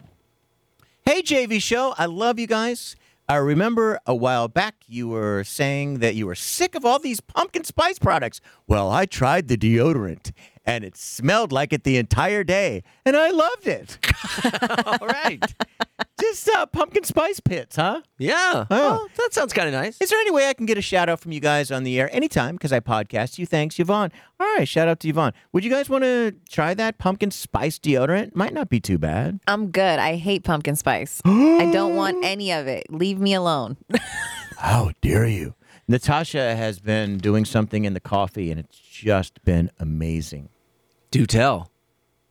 Speaker 2: Hey, JV Show. I love you guys. I remember a while back you were saying that you were sick of all these pumpkin spice products. Well, I tried the deodorant and it smelled like it the entire day, and I loved it.
Speaker 4: All right.
Speaker 2: just uh, pumpkin spice pits, huh?
Speaker 4: Yeah. Oh, that sounds kind of nice.
Speaker 2: Is there any way I can get a shout out from you guys on the air anytime? Because I podcast you. Thanks, Yvonne. All right, shout out to Yvonne. Would you guys want to try that pumpkin spice deodorant? Might not be too bad.
Speaker 3: I'm good. I hate pumpkin spice. I don't want any of it. Leave me alone.
Speaker 2: How dare you? Natasha has been doing something in the coffee, and it's just been amazing.
Speaker 4: Do tell.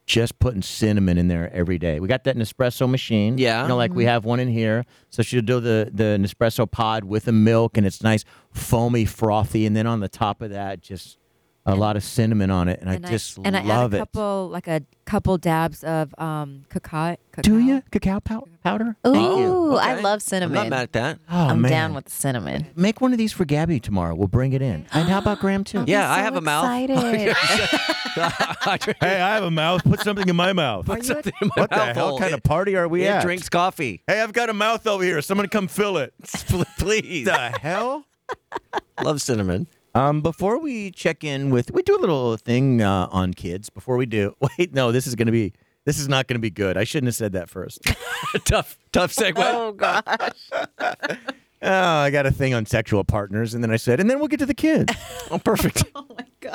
Speaker 2: Just putting cinnamon in there every day. We got that Nespresso machine.
Speaker 4: Yeah.
Speaker 2: You know, like we
Speaker 6: Mm-hmm.
Speaker 2: have one in here. So she'll do the, the Nespresso pod with the milk, and it's nice, foamy, frothy. And then on the top of that, just a lot of cinnamon on it. And, I just
Speaker 6: and I
Speaker 2: love
Speaker 6: add a
Speaker 2: it.
Speaker 6: couple like a couple dabs of um cacao.
Speaker 2: Do
Speaker 6: cacao.
Speaker 2: you cacao pow- powder?
Speaker 3: Ooh,
Speaker 2: Thank you.
Speaker 3: I
Speaker 4: Okay.
Speaker 3: love
Speaker 4: I'm not
Speaker 3: cinnamon.
Speaker 4: mad at that.
Speaker 2: Oh
Speaker 3: Oh, I'm
Speaker 2: man,
Speaker 3: down with the cinnamon.
Speaker 2: make one of these for Gabby tomorrow. We'll bring it in. And how about Graham too?
Speaker 4: Yeah, I have a mouth. Oh,
Speaker 2: Hey, I have a mouth. Put something in my mouth.
Speaker 6: Are you a,
Speaker 2: What the
Speaker 4: mouth
Speaker 2: hell
Speaker 4: hole.
Speaker 2: kind
Speaker 4: It-
Speaker 2: of party are we
Speaker 4: Yeah,
Speaker 2: at?
Speaker 4: drinks coffee.
Speaker 2: Hey, I've got a mouth over here. Someone come fill it.
Speaker 4: Please.
Speaker 2: the hell?
Speaker 4: Love cinnamon.
Speaker 2: Um, before we check in with, we do a little thing uh, on kids. Before we do, wait, no, this is gonna be, this is not gonna be good. I shouldn't have said that first.
Speaker 4: tough, tough segue.
Speaker 3: oh god.
Speaker 2: oh, I got a thing on sexual partners, and then I said, and then we'll get to the kids.
Speaker 4: Oh, perfect.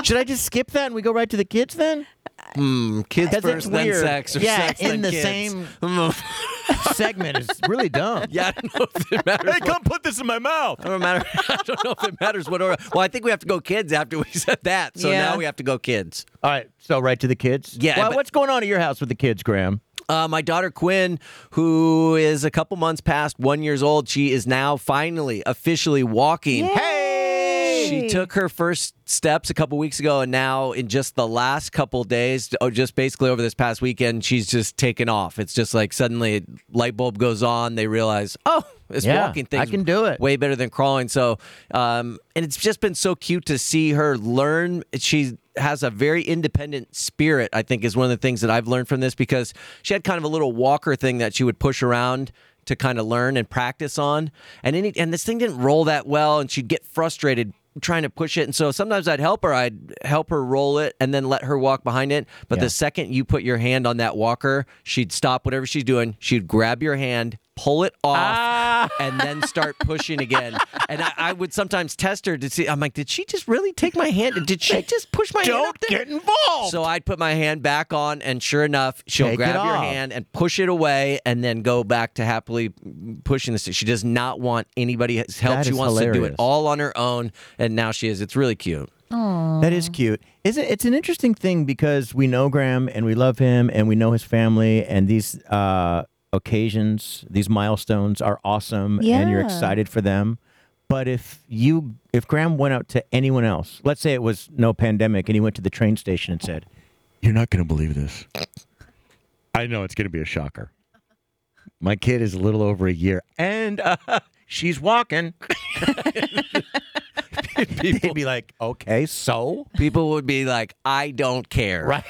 Speaker 2: Should I just skip that and we go right to the kids then?
Speaker 4: Mm, kids
Speaker 2: That's
Speaker 4: first,
Speaker 2: weird.
Speaker 4: then sex, or
Speaker 2: Yeah,
Speaker 4: sex
Speaker 2: in
Speaker 4: then
Speaker 2: the
Speaker 4: kids.
Speaker 2: same-
Speaker 4: Mm.
Speaker 2: Segment is really dumb.
Speaker 4: yeah, I don't know if it matters. what-
Speaker 2: come put this in my mouth.
Speaker 4: I don't matter. I don't know if it matters what order. Well, I think we have to go kids after we said that. So
Speaker 3: Yeah.
Speaker 4: now we have to go kids.
Speaker 2: All right, so right to the kids.
Speaker 4: Yeah,
Speaker 2: Well,
Speaker 4: but-
Speaker 2: what's going on at your house with the kids, Graham?
Speaker 4: Uh, my daughter Quinn, who is a couple months past one years old, she is now finally officially walking.
Speaker 2: Hey,
Speaker 4: She took her first steps a couple weeks ago, and now in just the last couple days, or just basically over this past weekend, she's just taken off. It's just like suddenly a light bulb goes on. They realize, oh, this
Speaker 2: Yeah,
Speaker 4: walking thing
Speaker 2: I can do it.
Speaker 4: way better than crawling. So, um, and it's just been so cute to see her learn. She has a very independent spirit. I think is one of the things that I've learned from this because she had kind of a little walker thing that she would push around to kind of learn and practice on. And any and this thing didn't roll that well, and she'd get frustrated trying to push it. And so sometimes I'd help her. I'd help her roll it and then let her walk behind it. But
Speaker 2: Yeah.
Speaker 4: the second you put your hand on that walker, she'd stop whatever she's doing. She'd grab your hand, pull it off,
Speaker 2: Ah.
Speaker 4: and then start pushing again. And I, I would sometimes test her to see. I'm like, did she just really take my hand? Did she just push my hand?
Speaker 2: Don't
Speaker 4: up there?"
Speaker 2: get involved.
Speaker 4: So I'd put my hand back on, and sure enough, she'll
Speaker 2: Take it
Speaker 4: grab your
Speaker 2: off.
Speaker 4: hand and push it away, and then go back to happily pushing this. She does not want anybody's help.
Speaker 2: That
Speaker 4: she
Speaker 2: is
Speaker 4: wants to do
Speaker 2: hilarious.
Speaker 4: it all on her own, and now she is. It's really cute.
Speaker 2: That is cute. Is it? It's an interesting thing because we know Graham and we love him and we know his family and these uh, occasions, these milestones are awesome and you're
Speaker 6: Yeah.
Speaker 2: excited for them. But if you, if Graham went out to anyone else, let's say it was no pandemic and he went to the train station and said, "You're not going to believe this," I know it's going to be a shocker. My kid is a little over a year and uh, she's walking. They'd be like, "Okay, so."
Speaker 4: People would be like, "I don't care.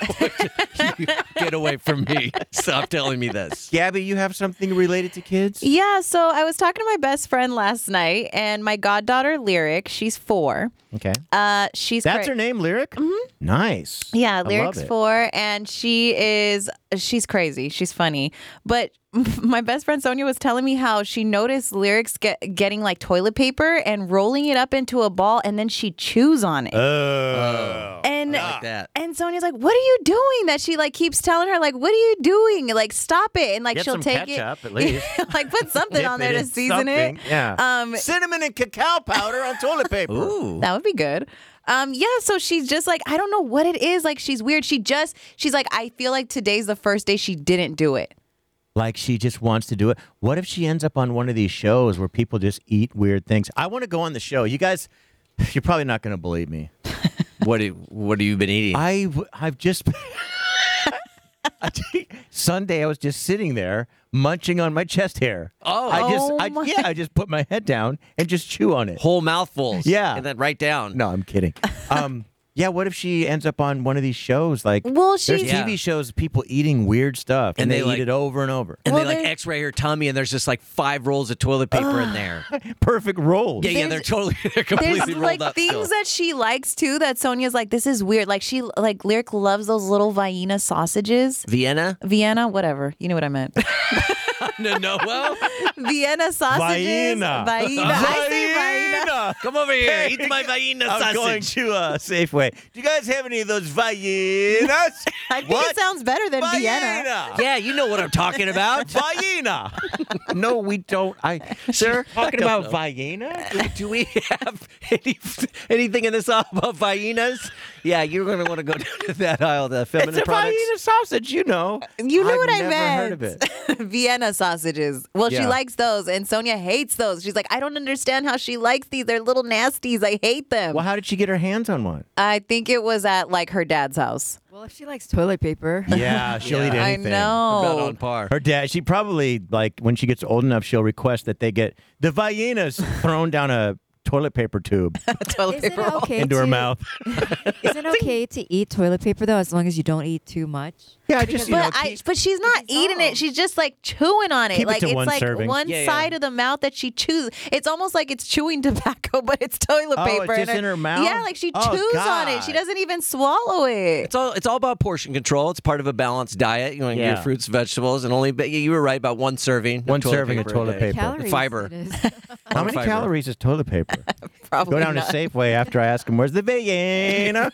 Speaker 4: You get away from me. Stop telling me this."
Speaker 2: Gabby, you have something related to kids?
Speaker 3: Yeah, so I was talking to my best friend last night, and my goddaughter Lyric, she's four.
Speaker 2: Okay.
Speaker 3: Uh, she's
Speaker 2: That's
Speaker 3: cra-
Speaker 2: her name, Lyric? Mm-hmm. Nice.
Speaker 3: Yeah,
Speaker 2: love
Speaker 3: lyrics
Speaker 2: it.
Speaker 3: four, and she is she's crazy. She's funny, but my best friend Sonia was telling me how she noticed lyrics get, getting like toilet paper and rolling it up into a ball, and then she chews on it.
Speaker 2: Oh.
Speaker 3: and
Speaker 4: Like that.
Speaker 3: and Sonia's like, "What are you doing?" That she like keeps telling her like, "What are you doing?" Like, stop it, and like
Speaker 2: Get
Speaker 3: she'll
Speaker 2: some
Speaker 3: take
Speaker 2: ketchup,
Speaker 3: it
Speaker 2: at least.
Speaker 3: like put something
Speaker 2: Dip
Speaker 3: on
Speaker 2: it
Speaker 3: there to
Speaker 2: in
Speaker 3: season
Speaker 2: something.
Speaker 3: it.
Speaker 2: Yeah.
Speaker 3: Um,
Speaker 2: Cinnamon and cacao powder on toilet paper.
Speaker 4: Ooh.
Speaker 3: That would be good. Um, yeah, so she's just like, I don't know what it is. Like, she's weird. She just, she's like, I feel like today's the first day she didn't do it.
Speaker 2: Like she just wants to do it. What if she ends up on one of these shows where people just eat weird things? I want to go on the show. You guys, you're probably not going to believe me.
Speaker 4: What do, What have you been eating?
Speaker 2: I w- I've just I think Sunday I was just sitting there munching on my chest hair.
Speaker 4: Oh.
Speaker 2: I just
Speaker 3: Oh
Speaker 2: I,
Speaker 3: my-
Speaker 2: yeah, I just put my head down and just chew on it.
Speaker 4: Whole mouthfuls.
Speaker 2: Yeah.
Speaker 4: And then right down.
Speaker 2: No, I'm kidding. Um yeah, what if she ends up on one of these shows like
Speaker 3: Well,
Speaker 2: there's
Speaker 3: she's-
Speaker 4: Yeah.
Speaker 2: TV shows of people eating weird stuff and,
Speaker 4: And
Speaker 2: they,
Speaker 4: they, like-
Speaker 2: eat it over and over.
Speaker 4: And
Speaker 3: Well,
Speaker 4: they like
Speaker 3: there-
Speaker 4: X-ray her tummy, and there's just like five rolls of toilet paper in there.
Speaker 2: Perfect rolls.
Speaker 4: Yeah, yeah, they're
Speaker 3: There's-
Speaker 4: totally, they're completely
Speaker 3: There's
Speaker 4: rolled
Speaker 3: like
Speaker 4: up.
Speaker 3: things
Speaker 4: still.
Speaker 3: that she likes too that Sonia's like, this is weird. Like, she, like, Lyric loves those little Vienna sausages.
Speaker 4: Vienna,
Speaker 3: Vienna, whatever. You know what I meant.
Speaker 4: no, no, well,
Speaker 3: Vienna sausages.
Speaker 2: Vienna.
Speaker 3: Vienna. I say Vienna.
Speaker 2: Vienna.
Speaker 4: come over here, eat my Vienna
Speaker 2: I'm
Speaker 4: sausage.
Speaker 2: going to uh, Safeway. Do you guys have any of those Viennas?
Speaker 3: I think
Speaker 2: What?
Speaker 3: it sounds better than Vienna.
Speaker 2: Vienna.
Speaker 4: Yeah, you know what I'm talking about.
Speaker 2: Vienna. no, we don't. I sir talking about Vienna.
Speaker 4: Do we have any, anything in this aisle about Viennas? Yeah, you're going to want to go down to that aisle, the feminine
Speaker 2: It's a
Speaker 4: products.
Speaker 2: Vienna sausage, you know.
Speaker 3: You knew
Speaker 2: I've
Speaker 3: what I
Speaker 2: never
Speaker 3: meant.
Speaker 2: Heard of it.
Speaker 3: Vienna sausages. Well, she
Speaker 2: Yeah.
Speaker 3: likes those, and Sonia hates those. She's like, I don't understand how she likes these. They're little nasties. I hate them.
Speaker 2: Well, how did she get her hands on one?
Speaker 3: I think it was at like her dad's house.
Speaker 6: Well, if she likes toilet paper,
Speaker 2: Yeah, she'll eat
Speaker 4: Yeah.
Speaker 2: anything.
Speaker 3: I know.
Speaker 4: About on par.
Speaker 2: Her dad. She probably like when she gets old enough, she'll request that they get the Viennas thrown down a toilet paper tube
Speaker 3: Toilet
Speaker 6: is it
Speaker 3: paper roll.
Speaker 6: okay
Speaker 2: into her
Speaker 6: to-
Speaker 2: mouth.
Speaker 6: Is it okay to eat toilet paper though, as long as you don't eat too much?
Speaker 2: Yeah, just you know,
Speaker 3: But, I, but she's not eating it.
Speaker 6: all.
Speaker 3: She's just like chewing on it.
Speaker 2: Keep it
Speaker 3: like
Speaker 2: to
Speaker 3: it's
Speaker 2: one
Speaker 3: like
Speaker 2: serving.
Speaker 3: one
Speaker 4: Yeah, yeah.
Speaker 3: side of the mouth that she chews. It's almost like it's chewing tobacco, but it's toilet
Speaker 2: Oh, it's
Speaker 3: paper.
Speaker 2: just in her mouth?
Speaker 3: Yeah, like she
Speaker 2: Oh,
Speaker 3: chews on it. She
Speaker 2: God.
Speaker 3: doesn't even swallow it.
Speaker 4: It's all it's all about portion control. It's part of a balanced diet. You want to get
Speaker 2: Yeah.
Speaker 4: your fruits, vegetables, and only. But you were right about one serving. of
Speaker 2: one
Speaker 4: toilet
Speaker 2: serving
Speaker 4: paper
Speaker 2: of
Speaker 4: a
Speaker 2: toilet
Speaker 4: day.
Speaker 2: paper.
Speaker 6: Calories.
Speaker 4: Fiber.
Speaker 6: it is.
Speaker 2: How many
Speaker 4: Fiber.
Speaker 2: calories is toilet paper?
Speaker 3: Probably
Speaker 2: Go down to
Speaker 3: not.
Speaker 2: Safeway after I ask him where's the Vienna.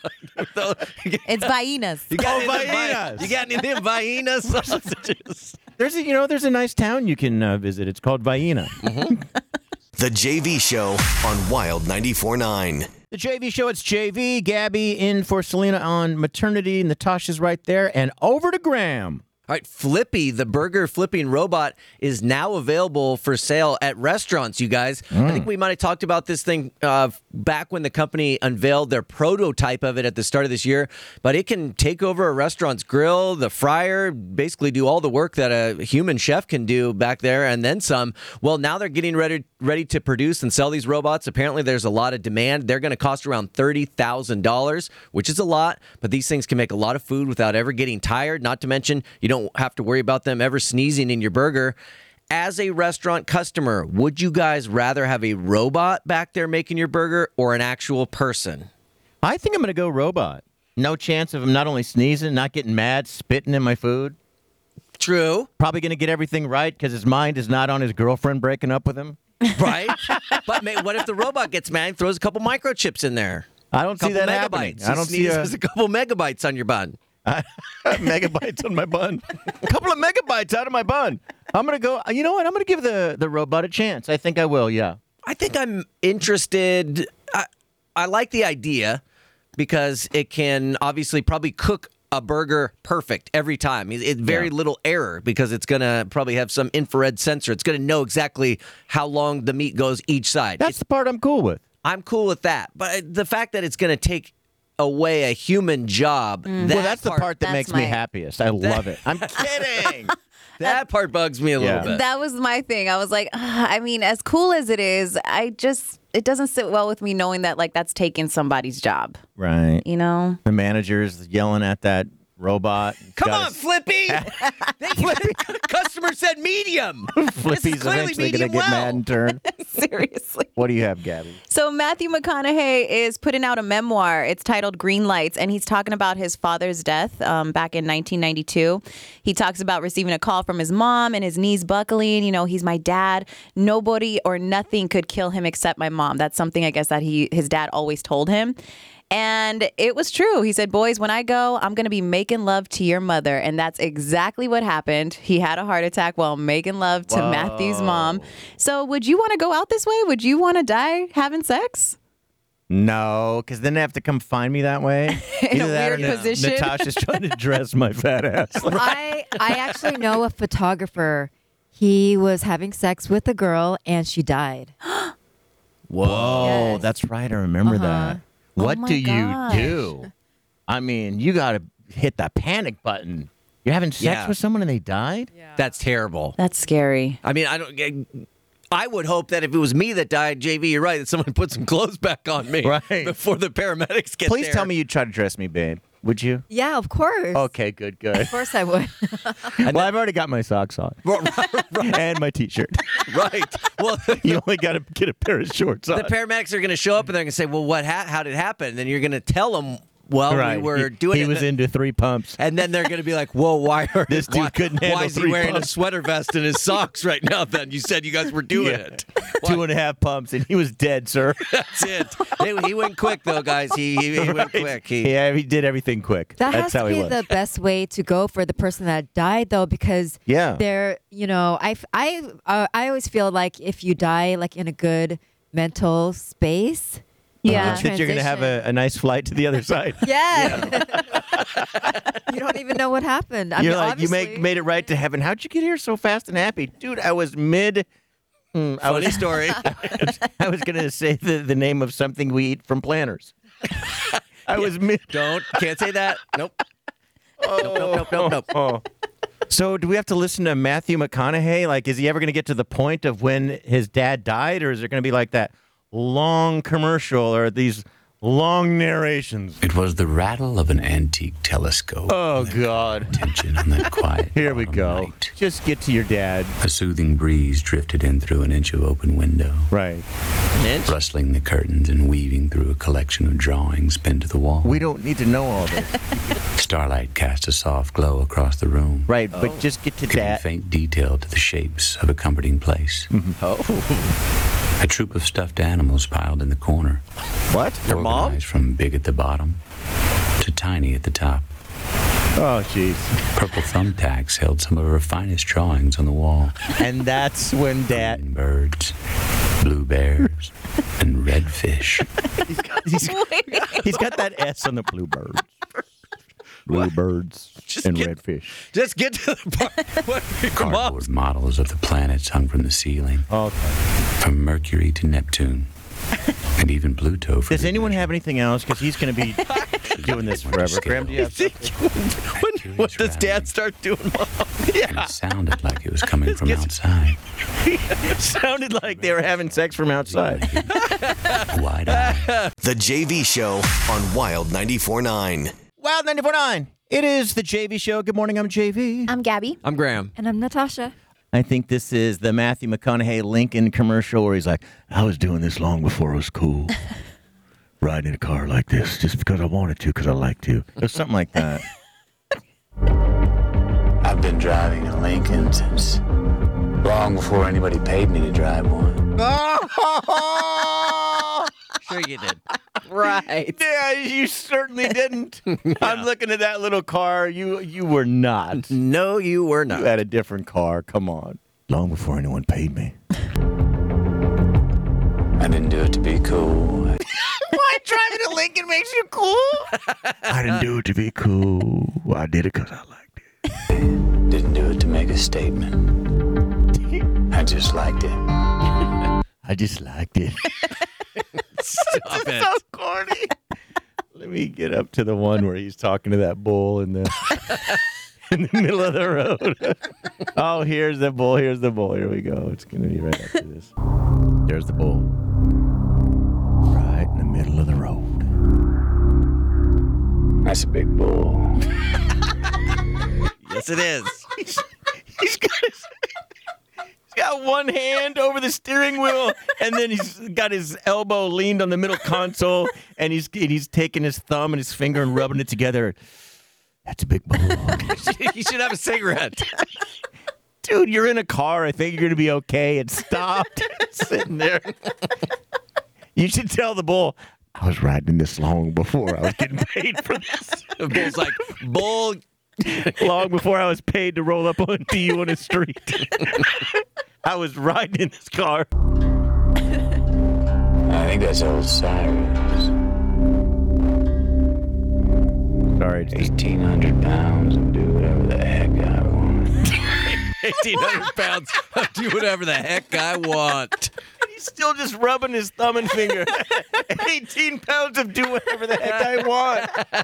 Speaker 3: It's Vienna's.
Speaker 4: You got,
Speaker 2: Oh,
Speaker 4: any of
Speaker 2: Viennas.
Speaker 4: them Vi- you got any of them Vienna sausages?
Speaker 2: There's a, you know there's a nice town you can uh, visit. It's called Vienna.
Speaker 1: Mm-hmm. The JV Show on Wild 94.9.
Speaker 2: The JV show, it's JV, Gabby in for Selena on maternity. Natasha's right there, and over to Graham.
Speaker 4: All right, Flippy, the burger flipping robot, is now available for sale at restaurants, you guys. I think we might have talked about this thing uh, back when the company unveiled their prototype of it at the start of this year, but it can take over a restaurant's grill, the fryer, basically do all the work that a human chef can do back there and then some. Well, now they're getting ready, ready to produce and sell these robots. Apparently, there's a lot of demand. They're going to cost around $30,000, which is a lot, but these things can make a lot of food without ever getting tired. Not to mention, you don't have to worry about them ever sneezing in your burger. As a restaurant customer, would you guys rather have a robot back there making your burger or an actual person?
Speaker 2: I think I'm going to go robot. No chance of him not only sneezing, not getting mad, spitting in my food.
Speaker 4: True,
Speaker 2: Probably going to get everything right because his mind is not on his girlfriend breaking up with him.
Speaker 4: right? but ma- what if the robot gets mad and throws a couple microchips in there?
Speaker 2: I don't see
Speaker 4: couple
Speaker 2: that happening.
Speaker 4: megabytes.
Speaker 2: I don't
Speaker 4: he
Speaker 2: see uh, a
Speaker 4: sneezes a couple megabytes on your bun.
Speaker 2: megabytes on my bun. A couple of megabytes out of my bun. I'm going to go. You know what? I'm going to give the, the robot a chance. I think I will, yeah.
Speaker 4: I think I'm interested. I, I like the idea because it can obviously probably cook a burger perfect every time. It, it- very little error because it's gonna probably have some infrared sensor. It's gonna know exactly how long the meat goes each side.
Speaker 2: That's the part I'm cool with.
Speaker 4: I'm cool with that, but uh, the fact that it's gonna take away a human job. That
Speaker 2: Mm. well, that's the part that
Speaker 3: that's
Speaker 2: makes me
Speaker 3: my-
Speaker 2: happiest. I love it. I'm kidding.
Speaker 4: That part bugs me a
Speaker 2: Yeah.
Speaker 4: little bit.
Speaker 3: That was my thing. I was like, "Ugh, I mean, as cool as it is, I just it doesn't sit well with me knowing that like that's taking somebody's job.
Speaker 2: Right.
Speaker 3: You know?
Speaker 2: The manager is yelling at that robot. He's
Speaker 4: Come
Speaker 2: got
Speaker 4: on, Flippy! They- Customer said medium.
Speaker 2: his- Flippy's eventually going
Speaker 4: clearly
Speaker 2: to
Speaker 4: medium
Speaker 2: get
Speaker 4: well.
Speaker 2: mad and turn.
Speaker 3: Seriously.
Speaker 2: What do you have, Gabby?
Speaker 3: So Matthew McConaughey is putting out a memoir. It's titled Green Lights, and he's talking about his father's death um, back in 1992. He talks about receiving a call from his mom and his knees buckling. You know, he's my dad. Nobody or nothing could kill him except my mom. That's something I guess that he his dad always told him. And it was true. He said, Boys, when I go, I'm going to be making love to your mother. And that's exactly what happened. He had a heart attack while making love to Matthew's mom. So, would you want to go out this way? Would you want to die having sex?
Speaker 2: No, because then they have to come find me that way.
Speaker 3: In a
Speaker 2: Either that or
Speaker 3: weird
Speaker 2: Na-
Speaker 3: position.
Speaker 2: Natasha's trying to dress my fat ass.
Speaker 6: I I actually know a photographer. He was having sex with a girl and she died.
Speaker 2: Whoa, Uh-huh. Oh
Speaker 6: Yes.
Speaker 2: that's right. I remember that. What
Speaker 3: my
Speaker 2: do
Speaker 3: gosh.
Speaker 2: you do? I mean, you got to hit the panic button. You're having sex
Speaker 4: Yeah.
Speaker 2: with someone and they died?
Speaker 4: That's terrible.
Speaker 3: That's scary.
Speaker 4: I mean, I don't. eh, I would hope that if it was me that died, JV, you're right, that someone put some clothes back on me
Speaker 2: Right.
Speaker 4: before the paramedics get
Speaker 2: Please
Speaker 4: there.
Speaker 2: tell me you'd try to dress me, babe. Would you?
Speaker 6: Yeah, of course.
Speaker 2: Okay, good, good.
Speaker 6: Of course I would.
Speaker 2: well, I've already got my socks on and my t-shirt.
Speaker 4: right. Well, the
Speaker 2: You only got to get a pair of shorts on.
Speaker 4: paramedics are going to show up and they're going to say, "Well, what? Ha- how did it happen?" Then you're going to tell them, "Well, we were
Speaker 2: he,
Speaker 4: doing
Speaker 2: He
Speaker 4: it."
Speaker 2: was into three pumps.
Speaker 4: and then they're going to be like, "Whoa, why are
Speaker 2: This dude
Speaker 4: why,
Speaker 2: couldn't handle
Speaker 4: Why is he
Speaker 2: three
Speaker 4: wearing
Speaker 2: pumps."
Speaker 4: a sweater vest and his socks right now?" Then you said you guys were doing
Speaker 2: Yeah.
Speaker 4: it.
Speaker 2: Two and a half pumps, and he was dead, sir.
Speaker 4: That's it. They- he went quick though, guys. He he, he went quick. He,
Speaker 2: yeah, he did everything quick.
Speaker 6: That
Speaker 2: That's
Speaker 6: has
Speaker 2: how
Speaker 6: to
Speaker 2: he
Speaker 6: be
Speaker 2: was.
Speaker 6: the best way to go for the person that died, though, because
Speaker 2: Yeah.
Speaker 6: they're you know I f- I uh, I always feel like if you die like in a good mental space,
Speaker 3: Yeah.
Speaker 6: you
Speaker 2: that you're gonna have a,
Speaker 6: transition.
Speaker 2: a nice flight to the other side.
Speaker 6: yeah. you don't even know what happened. I
Speaker 2: you're
Speaker 6: mean,
Speaker 2: like, you
Speaker 6: obviously-
Speaker 2: make, made it right to heaven. How'd you get here so fast and happy, dude? I was mid. Mm, I
Speaker 4: funny
Speaker 2: was
Speaker 4: story.
Speaker 2: I was gonna say the, the name of something we eat from planners. I was mid.
Speaker 4: Don't can't say that. Nope. Nope. Nope. Nope. Nope. nope.
Speaker 2: Oh. So do we have to listen to Matthew McConaughey? Like, is he ever going to get to the point of when his dad died, or is it going to be like that long commercial or these long narrations?
Speaker 7: It was the rattle of an antique telescope.
Speaker 2: Oh God!
Speaker 7: Tension on that quiet.
Speaker 2: Here we
Speaker 7: autumn
Speaker 2: go.
Speaker 7: night.
Speaker 2: Just get to your dad.
Speaker 7: A soothing breeze drifted in through an inch of open window,
Speaker 2: Right.
Speaker 7: rustling the curtains and weaving through a collection of drawings pinned to the wall.
Speaker 2: We don't need to know all this.
Speaker 7: Starlight cast a soft glow across the room,
Speaker 2: Right. But Oh. just get to
Speaker 7: giving
Speaker 2: dad.
Speaker 7: faint detail to the shapes of a comforting place.
Speaker 2: Mm-hmm.
Speaker 7: Oh. A troop of stuffed animals piled in the corner,
Speaker 2: What? Your mom?
Speaker 7: organized from big at the bottom to tiny at the top.
Speaker 2: Oh, jeez.
Speaker 7: Purple thumbtacks held some of her finest drawings on the wall.
Speaker 2: And that's when dad.
Speaker 7: Green birds, blue bears, and red fish.
Speaker 2: He's got, he's- he's got that S on the bluebird. bluebirds,
Speaker 4: Just
Speaker 2: and
Speaker 4: get-
Speaker 2: redfish.
Speaker 4: Just get to the part. What are your
Speaker 7: Cardboard
Speaker 4: moms-
Speaker 7: models of the planets hung from the ceiling. From Mercury to Neptune. and even Pluto. For
Speaker 2: Does anyone have anything else? Because he's going to be doing this forever. Graham, do you have
Speaker 4: When, what does Dad start doing? Mom?
Speaker 7: And it sounded like it was coming from
Speaker 4: Yes.
Speaker 7: outside.
Speaker 2: sounded like they were having sex from outside.
Speaker 7: Wide eyed.
Speaker 1: The JV Show on Wild 94.9.
Speaker 2: Wild 94.9. It is the JV show. Good morning. I'm JV.
Speaker 8: I'm Gabby.
Speaker 4: I'm Graham.
Speaker 6: And I'm Natasha.
Speaker 2: I think this is the Matthew McConaughey Lincoln commercial where he's like, I was doing this long before it was cool. Riding in a car like this just because I wanted to, because I like to. Or something like that.
Speaker 9: I've been driving a Lincoln since long before anybody paid me to drive one.
Speaker 4: Sure you did.
Speaker 3: Right.
Speaker 2: yeah, you certainly didn't. I'm looking at that little car. You you were not.
Speaker 4: No, you were
Speaker 2: You
Speaker 4: not.
Speaker 2: had a different car. Come on. Long before anyone paid me.
Speaker 9: I didn't do it to be cool. I
Speaker 2: Driving a Lincoln makes you cool? I didn't do it to be cool. I did it because I liked it.
Speaker 9: didn't do it to make a statement. I just liked it.
Speaker 2: I just liked it.
Speaker 4: Stop it.
Speaker 2: corny. Let me get up to the one where he's talking to that bull in the in the middle of the road. oh, here's the bull. Here's the bull. Here we go. It's gonna be right after this. There's the bull. Right in the middle of the road.
Speaker 9: That's a big bull.
Speaker 4: Yes, it is.
Speaker 2: He's got his, he's got one hand over the steering wheel, and then he's got his elbow leaned on the middle console, and he's and he's taking his thumb and his finger and rubbing it together. That's a big bull.
Speaker 4: you should have a cigarette.
Speaker 2: dude, you're in a car. I think you're going to be okay. It stopped sitting there. You should tell the bull, I was riding this long before I was getting paid for this,
Speaker 4: The bull's like, bull.
Speaker 2: long before I was paid to roll up onto you on the street. I was riding in this car.
Speaker 9: I think that's old Cyrus.
Speaker 2: Sorry, it's
Speaker 9: 1,800 pounds and do whatever the heck I want.
Speaker 4: 1,800 pounds. I'll do whatever the heck I want.
Speaker 2: He's still just rubbing his thumb and finger. 18 pounds of do whatever the heck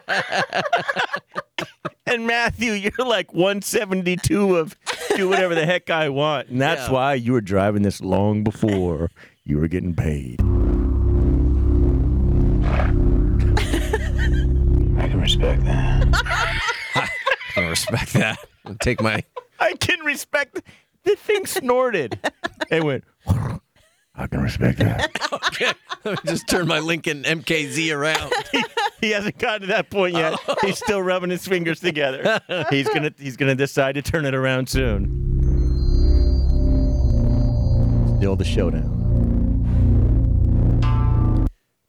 Speaker 2: I want. and Matthew, you're like 172 of do whatever the heck I want. And that's
Speaker 4: Yeah.
Speaker 2: why you were driving this long before you were getting paid.
Speaker 9: I can respect that.
Speaker 4: I don't respect that. I'll Take my.
Speaker 2: I can respect. The thing snorted. It went, I can respect that.
Speaker 4: Okay. Let me just turn my Lincoln MKZ around.
Speaker 2: He hasn't gotten to that point yet. He's still rubbing his fingers together. He's gonna he's gonna decide to turn it around soon. Still the showdown.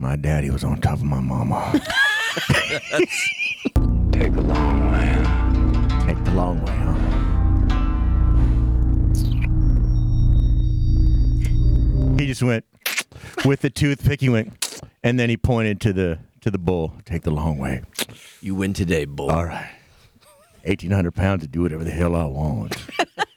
Speaker 2: My daddy was on top of my mama.
Speaker 9: Take the long way. out.
Speaker 2: Take the long way out. He just went with the toothpick. He went, and then he pointed to the to the bull. Take the long way.
Speaker 4: You win today, bull.
Speaker 2: All right. 1,800 pounds to do whatever the hell I want.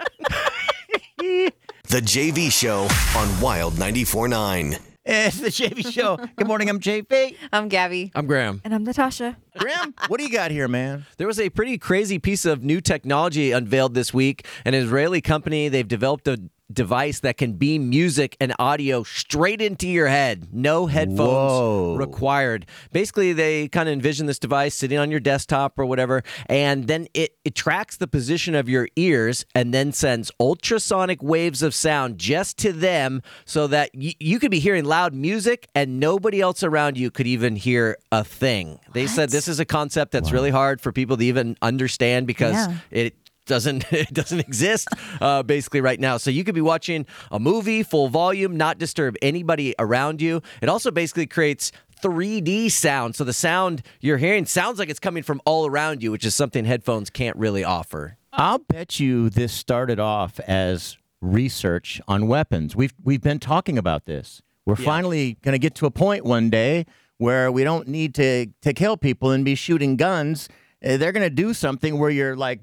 Speaker 1: The JV Show on Wild 94.9.
Speaker 2: it's the JV Show. Good morning. I'm JV.
Speaker 3: I'm Gabby.
Speaker 4: I'm Graham.
Speaker 6: And I'm Natasha.
Speaker 2: Graham, what do you got here, man?
Speaker 4: There was a pretty crazy piece of new technology unveiled this week. An Israeli company, they've developed a device that can beam music and audio straight into your head. No headphones
Speaker 2: Whoa.
Speaker 4: required. Basically, they kind of envision this device sitting on your desktop or whatever, and then it, it tracks the position of your ears and then sends ultrasonic waves of sound just to them so that y- you could be hearing loud music and nobody else around you could even hear a thing. They said this is a concept that's really hard for people to even understand because it doesn't it doesn't exist uh, basically right now. So you could be watching a movie full volume, not disturb anybody around you. It also basically creates 3D sound, so the sound you're hearing sounds like it's coming from all around you, which is something headphones can't really offer.
Speaker 2: I'll bet you this started off as research on weapons. We've we've been talking about this. We're finally going to get to a point one day where we don't need to to kill people and be shooting guns uh, they're gonna do something where your like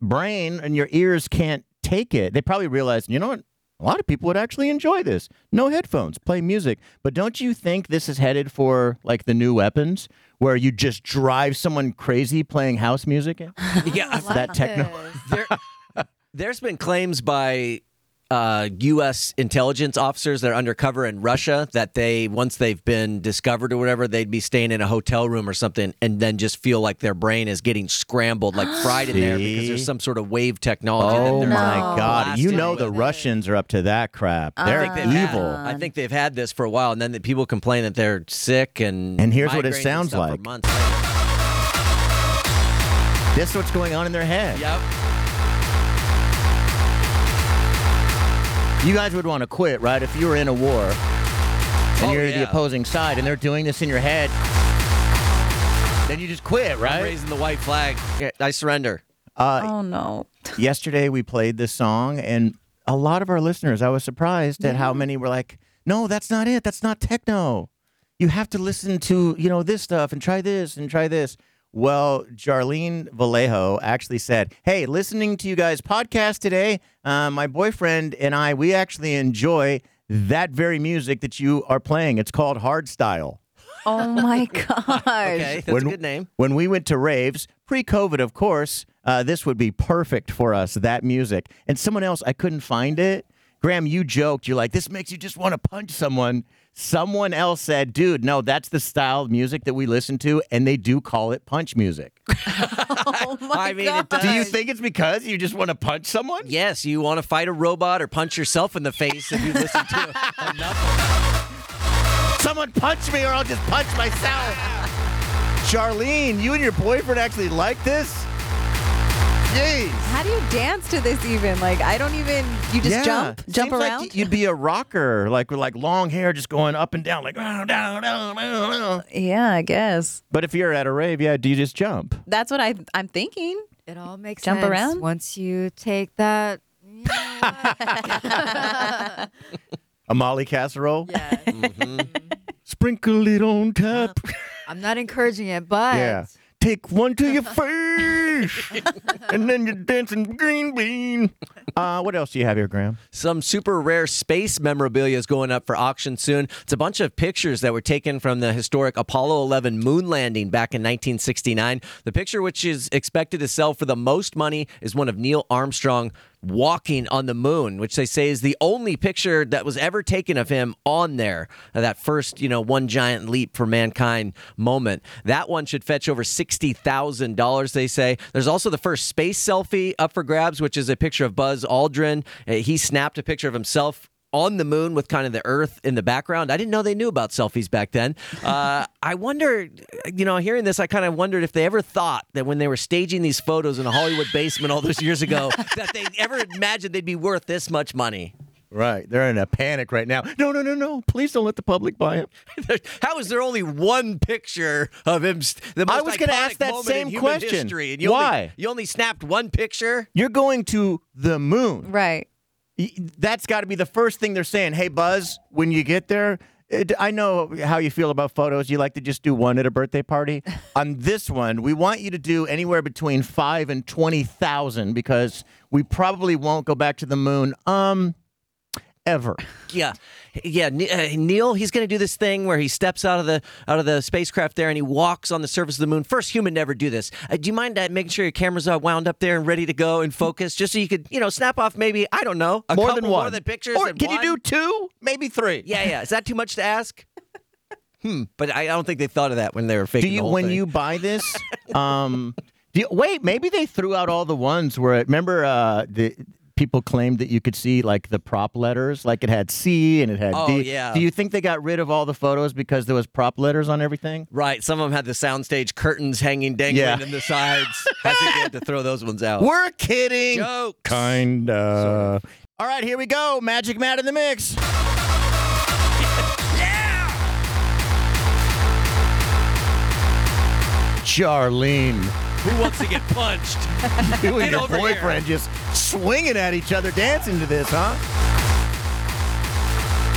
Speaker 2: brain and your ears can't take it. They probably realized, you know what? A lot of people would actually enjoy this. No headphones, play music. But don't you think this is headed for like the new weapons, where you just drive someone crazy playing house music?
Speaker 4: Yeah, I've-
Speaker 2: that techno-
Speaker 4: there, there's been claims by uh, U.S. intelligence officers that are undercover in Russia that they, once they've been discovered or whatever, they'd be staying in a hotel room or something and then just feel like their brain is getting scrambled, like fried in there because there's
Speaker 2: See?
Speaker 4: some sort of wave technology. that
Speaker 2: Oh
Speaker 4: they're
Speaker 2: my
Speaker 3: No.
Speaker 2: God! You
Speaker 4: blasted
Speaker 2: know
Speaker 4: with.
Speaker 2: the Russians are up to that crap. They're
Speaker 4: I think they've had-
Speaker 2: evil.
Speaker 4: I think they've had this for a while, and then the people complain that they're sick and
Speaker 2: And here's what it
Speaker 4: migraines and
Speaker 2: sounds
Speaker 4: stuff for
Speaker 2: like.
Speaker 4: months.
Speaker 2: This is what's going on in their head.
Speaker 4: Yep.
Speaker 2: You guys would want to quit, right? If you were in a war and
Speaker 4: Oh,
Speaker 2: you're the
Speaker 4: yeah.
Speaker 2: opposing side and they're doing this in your head, then you just quit,
Speaker 4: I'm
Speaker 2: right?
Speaker 4: raising the white flag. I surrender.
Speaker 2: Uh,
Speaker 3: Oh no.
Speaker 2: yesterday we played this song and a lot of our listeners, I was surprised at how many were like, no, that's not it. That's not techno. You have to listen to, you know, this stuff and try this and try this. Well, Jarlene Vallejo actually said, Hey, listening to you guys' podcast today, uh, my boyfriend and I, we actually enjoy that very music that you are playing. It's called Hard Style.
Speaker 3: Oh my gosh.
Speaker 4: Okay, that's
Speaker 2: When-
Speaker 4: a good name.
Speaker 2: When we went to raves, pre COVID, of course, uh, this would be perfect for us, that music. And someone else, I couldn't find it. Graham, you joked. You're like, this makes you just want to punch someone. Someone else said, dude, no, that's the style of music that we listen to, and they do call it punch music.
Speaker 3: Oh my
Speaker 4: I mean, it does.
Speaker 3: gosh.
Speaker 2: Do you think it's because you just want to punch someone?
Speaker 4: Yes, you want to fight a robot or punch yourself in the face if you listen to
Speaker 2: Someone punch me, or I'll just punch myself. Charlene, you and your boyfriend actually like this? Jeez.
Speaker 3: How do you dance to this even? Like I don't even you just jump, jump
Speaker 2: Seems like
Speaker 3: around.
Speaker 2: you'd be a rocker, like with like long hair, just going up and down, like. "Ah, down, down, down, down."
Speaker 3: yeah, I guess.
Speaker 2: But if you're at a rave, yeah, do you just jump?
Speaker 3: That's what I I'm thinking.
Speaker 6: It all makes
Speaker 3: Jump
Speaker 6: sense
Speaker 3: around?
Speaker 6: once you take that.
Speaker 2: A molly casserole,
Speaker 6: Yeah,
Speaker 2: sprinkle it on top.
Speaker 3: Oh,
Speaker 6: I'm not encouraging it, but
Speaker 2: yeah, take one to your face, and then you're dancing green bean. Uh, what else do you have here, Graham?
Speaker 4: some super rare space memorabilia is going up for auction soon. It's a bunch of pictures that were taken from the historic Apollo 11 moon landing back in 1969. The picture, which is expected to sell for the most money, is one of Neil Armstrong walking on the moon, which they say is the only picture that was ever taken of him on there. That first, you know, one giant leap for mankind moment. That one should fetch over $60,000, they say. There's also the first space selfie up for grabs, which is a picture of Buzz Aldrin. Uh, He snapped a picture of himself on the moon with kind of the earth in the background. I didn't know they knew about selfies back then. Uh, I wonder, you know, hearing this, I kind of wondered if they ever thought that when they were staging these photos in a Hollywood basement all those years ago, that they ever imagined they'd be worth this much money.
Speaker 2: Right, they're in a panic right now. No, no, no, no! Please don't let the public buy it.
Speaker 4: How is there only one picture of him? st- The most
Speaker 2: I was
Speaker 4: going
Speaker 2: gonna
Speaker 4: to
Speaker 2: ask that same question.
Speaker 4: History, and you
Speaker 2: Why?
Speaker 4: Only, you only snapped one picture?
Speaker 2: You're going to the moon.
Speaker 3: Right.
Speaker 2: Y- that's got to be the first thing they're saying. Hey, Buzz, when you get there, it, I know how you feel about photos. You like to just do one at a birthday party. On this one, we want you to do anywhere between five and twenty thousand because we probably won't go back to the moon. Um, ever.
Speaker 4: Yeah, yeah. Ne- uh, Neil, he's going to do this thing where he steps out of the out of the spacecraft there and he walks on the surface of the moon. First human to ever do this. Uh, do you mind uh, making sure your cameras are wound up there and ready to go and focus, just so you could, you know, snap off maybe I don't know a
Speaker 2: more
Speaker 4: couple
Speaker 2: than one.
Speaker 4: more than pictures.
Speaker 2: Or
Speaker 4: than
Speaker 2: can
Speaker 4: one?
Speaker 2: you do two? Maybe three.
Speaker 4: Yeah, yeah. Is that too much to ask? hmm. But I, I don't think they thought of that when they were
Speaker 2: Do
Speaker 4: faking. the
Speaker 2: you
Speaker 4: whole
Speaker 2: when
Speaker 4: thing.
Speaker 2: you buy this? um, do you, wait, maybe they threw out all the ones where remember uh, the people claimed that you could see like the prop letters, like it had C and it had
Speaker 4: Oh,
Speaker 2: D.
Speaker 4: yeah.
Speaker 2: Do you think they got rid of all the photos because there was prop letters on everything?
Speaker 4: Right, some of them had the soundstage curtains hanging dangling
Speaker 2: Yeah.
Speaker 4: in the sides. I think they had to throw those ones out.
Speaker 2: We're kidding.
Speaker 4: Jokes.
Speaker 2: Kinda. All right, here we go. Magic Matt in the mix. Charlene.
Speaker 4: Who wants to get punched?
Speaker 2: You and
Speaker 4: Get
Speaker 2: your
Speaker 4: over here.
Speaker 2: boyfriend just swinging at each other, dancing to this, huh?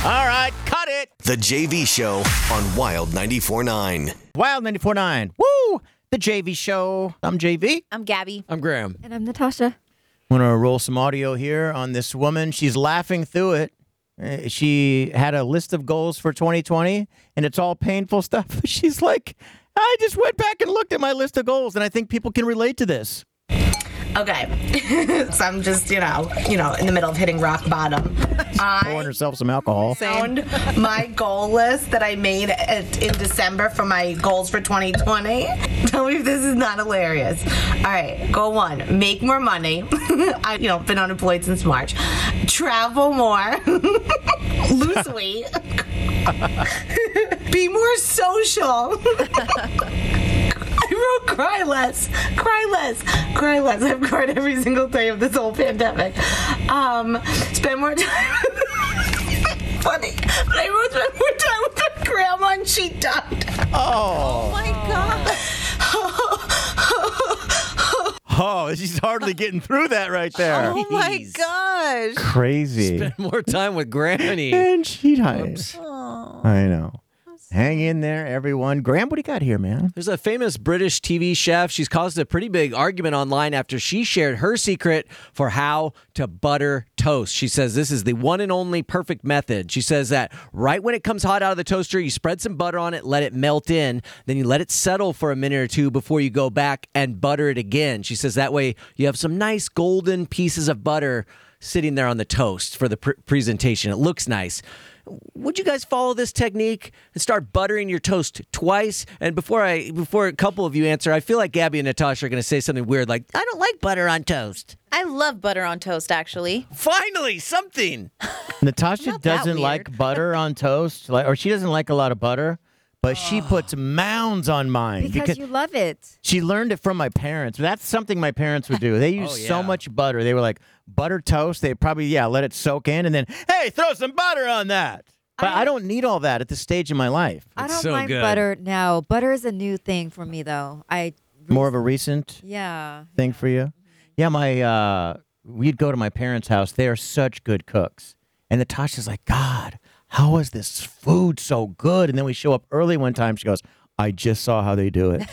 Speaker 2: All right, cut it.
Speaker 1: The JV Show on Wild 94.9.
Speaker 2: Wild 94.9. Woo! The JV Show. I'm JV.
Speaker 3: I'm Gabby.
Speaker 4: I'm Graham.
Speaker 6: And I'm Natasha.
Speaker 2: Want to roll some audio here on this woman? She's laughing through it. Uh, She had a list of goals for 2020, and it's all painful stuff. She's like, I just went back and looked at my list of goals, and I think people can relate to this.
Speaker 8: Okay. so I'm just, you know, you know, in the middle of hitting rock bottom. I
Speaker 2: Pouring herself some alcohol.
Speaker 8: found my goal list that I made at, in December for my goals for 2020. Tell me if this is not hilarious. All right, goal one: make more money. I, you know, been unemployed since March. Travel more. Lose weight. Be more social. I wrote cry less, cry less, cry less. I've cried every single day of this whole pandemic. Um, spend more time. Funny, but I wrote spend more time with my grandma and she died.
Speaker 2: Oh,
Speaker 3: my God.
Speaker 2: oh, she's hardly getting through that right there.
Speaker 3: Oh my
Speaker 4: Jeez.
Speaker 3: gosh.
Speaker 2: Crazy.
Speaker 4: Spend more time with Granny.
Speaker 2: And she dies. I know. Hang in there, everyone. Graham, what do you got here, man?
Speaker 4: There's a famous British TV chef. She's caused a pretty big argument online after she shared her secret for how to butter toast. She says this is the one and only perfect method. She says that right when it comes hot out of the toaster, you spread some butter on it, let it melt in, then you let it settle for a minute or two before you go back and butter it again. She says that way you have some nice golden pieces of butter sitting there on the toast for the pr- presentation. It looks nice would you guys follow this technique and start buttering your toast twice? And before I before a couple of you answer, I feel like Gabby and Natasha are going to say something weird like, "I don't like butter on toast."
Speaker 3: I love butter on toast, actually.
Speaker 4: Finally, something.
Speaker 2: Natasha
Speaker 3: Not that
Speaker 2: doesn't like
Speaker 3: weird.
Speaker 2: butter on toast, like, or she doesn't like a lot of butter, but she puts mounds on mine
Speaker 6: Because, you love it.
Speaker 2: she learned it from my parents. That's something my parents would do. They used so
Speaker 4: yeah.
Speaker 2: much butter. They were like butter toast. They probably yeah let it soak in, and then hey, throw some butter on that. But I, don't need all that at this stage in my life.
Speaker 6: I don't
Speaker 4: so
Speaker 6: mind
Speaker 4: good.
Speaker 6: butter now. Butter is a new thing for me though. I
Speaker 2: More of a recent
Speaker 6: yeah.
Speaker 2: thing for you. Yeah, my uh, we'd go to my parents' house. They are such good cooks. And Natasha's like, God, how is this food so good? And then we show up early one time. She goes, I just saw how they do it.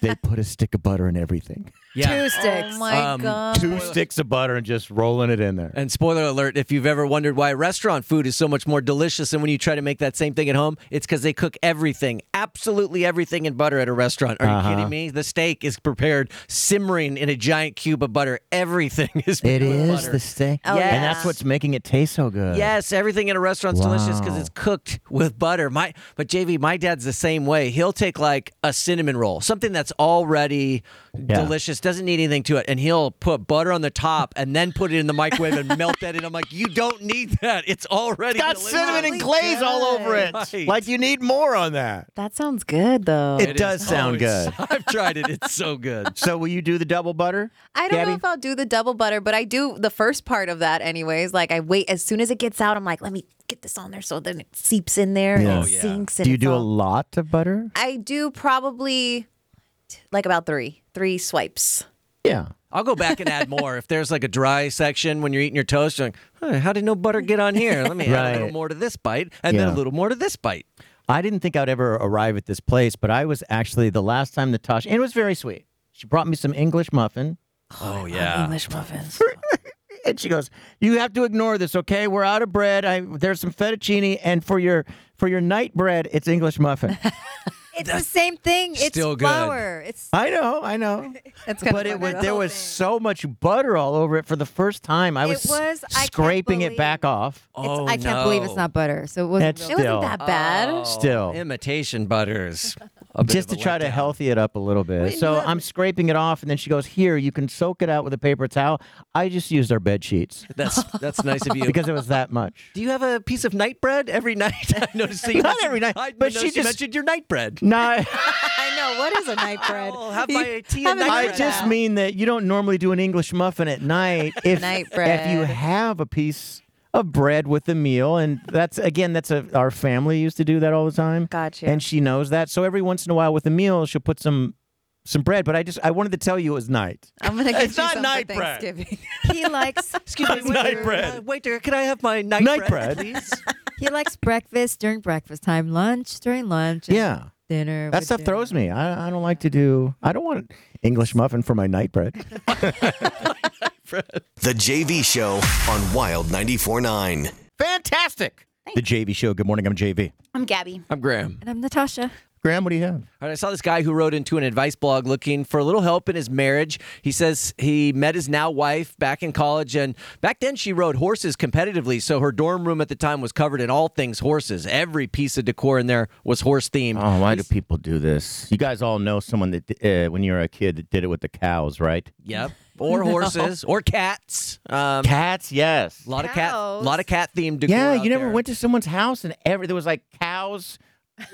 Speaker 2: they put a stick of butter in everything.
Speaker 6: Two sticks.
Speaker 3: Oh my
Speaker 4: Um,
Speaker 3: God.
Speaker 2: Two sticks of butter and just rolling it in there.
Speaker 4: And spoiler alert, if you've ever wondered why restaurant food is so much more delicious than when you try to make that same thing at home, it's because they cook everything, absolutely everything in butter at a restaurant. Are
Speaker 2: Uh-huh.
Speaker 4: you kidding me? The steak is prepared simmering in a giant cube of butter. Everything is
Speaker 2: It
Speaker 4: prepared with
Speaker 2: is
Speaker 4: butter.
Speaker 2: the steak.
Speaker 3: Oh, yeah.
Speaker 2: And that's what's making it taste so good.
Speaker 4: Yes, everything in a restaurant's delicious because
Speaker 2: Wow.
Speaker 4: it's cooked with butter. My but JV, my dad's the same way. He'll take like a cinnamon roll, something that's already delicious, doesn't need anything to it, and he'll put butter on the top and then put it in the microwave and melt that in. I'm like, you don't need that. It's already
Speaker 2: Got
Speaker 4: delicious.
Speaker 2: cinnamon and glaze all over it.
Speaker 4: Right.
Speaker 2: Like you need more on that.
Speaker 3: That sounds good, though.
Speaker 2: It, does sound good.
Speaker 4: I've tried it. It's so good.
Speaker 2: so will you do the double butter?
Speaker 3: I don't
Speaker 2: Gabby?
Speaker 3: know if I'll do the double butter, but I do the first part of that, anyways. Like, I wait as soon as it gets out, I'm like, let me get this on there so then it seeps in there
Speaker 2: Yeah.
Speaker 3: and
Speaker 2: Oh,
Speaker 3: it sinks. And
Speaker 2: Do you
Speaker 3: it's
Speaker 2: do a
Speaker 3: all-
Speaker 2: lot of butter?
Speaker 3: I do probably t- like about three, three swipes.
Speaker 2: Yeah.
Speaker 4: I'll go back and add more. If there's like a dry section when you're eating your toast, you're like, huh, how did no butter get on here? Let me add a
Speaker 2: Right.
Speaker 4: little more to this bite, and then
Speaker 2: Yeah.
Speaker 4: a little more to this bite.
Speaker 2: I didn't think I'd ever arrive at this place, but I was actually the last time Natasha, and it was very sweet. She brought me some English muffin,
Speaker 4: Oh yeah.
Speaker 3: English muffins.
Speaker 2: and she goes, "You have to ignore this, okay? We're out of bread. I, there's some fettuccine, and for your for your night bread, it's English muffin."
Speaker 6: It's the same thing. It's
Speaker 4: Still good.
Speaker 6: flour. It's
Speaker 2: I know, I know,
Speaker 3: That's
Speaker 2: but it was there was so much butter all over it for the first time. I
Speaker 6: It
Speaker 2: was,
Speaker 6: was- I can't
Speaker 2: scraping it
Speaker 6: believe-
Speaker 2: back off.
Speaker 6: it's
Speaker 4: Oh,
Speaker 6: I can't believe
Speaker 4: no. Oh.
Speaker 6: it's not butter. So it wasn't
Speaker 2: That's
Speaker 6: real.
Speaker 3: It wasn't
Speaker 2: still
Speaker 3: that bad.
Speaker 2: Still.
Speaker 4: imitation butters. A bit
Speaker 2: just
Speaker 4: of
Speaker 2: to
Speaker 4: a
Speaker 2: try to
Speaker 4: letdown.
Speaker 2: healthy it up a little bit. so I'm scraping it off, and then she goes, "Here, you can soak it out with a paper towel." I just used our bed sheets
Speaker 4: That's that's nice of you.
Speaker 2: because it was that much.
Speaker 4: do you have a piece of night bread every night? I noticed that you
Speaker 2: Not every night,
Speaker 4: I
Speaker 2: but she
Speaker 4: noticed you
Speaker 2: just-
Speaker 4: mentioned your night bread.
Speaker 2: No,
Speaker 3: I know. Oh, What is a night bread?
Speaker 4: I'll Oh, have
Speaker 3: You
Speaker 4: my tea and
Speaker 3: haven't
Speaker 4: night
Speaker 2: I
Speaker 3: heard
Speaker 4: bread.
Speaker 2: just
Speaker 3: that.
Speaker 2: mean that you don't normally do an English muffin at night. If
Speaker 3: Night
Speaker 2: if you
Speaker 3: bread.
Speaker 2: have a piece of bread with a meal, and that's again, that's a, our family used to do that all the time.
Speaker 3: Gotcha.
Speaker 2: And she knows that. So every once in a while, with a meal, she'll put some some bread. But I just I wanted to tell you it was night.
Speaker 3: I'm gonna get
Speaker 2: It's
Speaker 3: you
Speaker 2: not
Speaker 3: some
Speaker 2: night
Speaker 3: for
Speaker 2: bread.
Speaker 3: Thanksgiving.
Speaker 6: he likes
Speaker 4: Excuse me, waiter,
Speaker 2: night bread.
Speaker 4: Uh, waiter, can I have my night,
Speaker 2: Night bread.
Speaker 4: bread, please?
Speaker 6: he likes breakfast during breakfast time, lunch during lunch. and
Speaker 2: Yeah.
Speaker 6: dinner.
Speaker 2: That
Speaker 6: with
Speaker 2: stuff
Speaker 6: dinner.
Speaker 2: throws me. I, I don't like to do. I don't want English muffin for my night bread.
Speaker 1: The JV Show on Wild 94.9.
Speaker 2: Fantastic. The JV show. Good morning. I'm JV.
Speaker 3: I'm Gabby.
Speaker 4: I'm Graham.
Speaker 6: And I'm Natasha.
Speaker 2: Graham, what do you have?
Speaker 4: All right, I saw this guy who wrote into an advice blog looking for a little help in his marriage. He says he met his now wife back in college, and back then she rode horses competitively. So her dorm room at the time was covered in all things horses. Every piece of decor in there was horse themed.
Speaker 2: Oh, why do people do this? You guys all know someone that uh, when you were a kid that did it with the cows, right?
Speaker 4: Yep. Or horses, or cats. Um,
Speaker 2: Cats, yes.
Speaker 4: a lot of cat,
Speaker 6: Cows.
Speaker 4: lot of cat themed decor.
Speaker 2: Yeah,
Speaker 4: out
Speaker 2: you never
Speaker 4: there.
Speaker 2: went to someone's house and every there was like cows,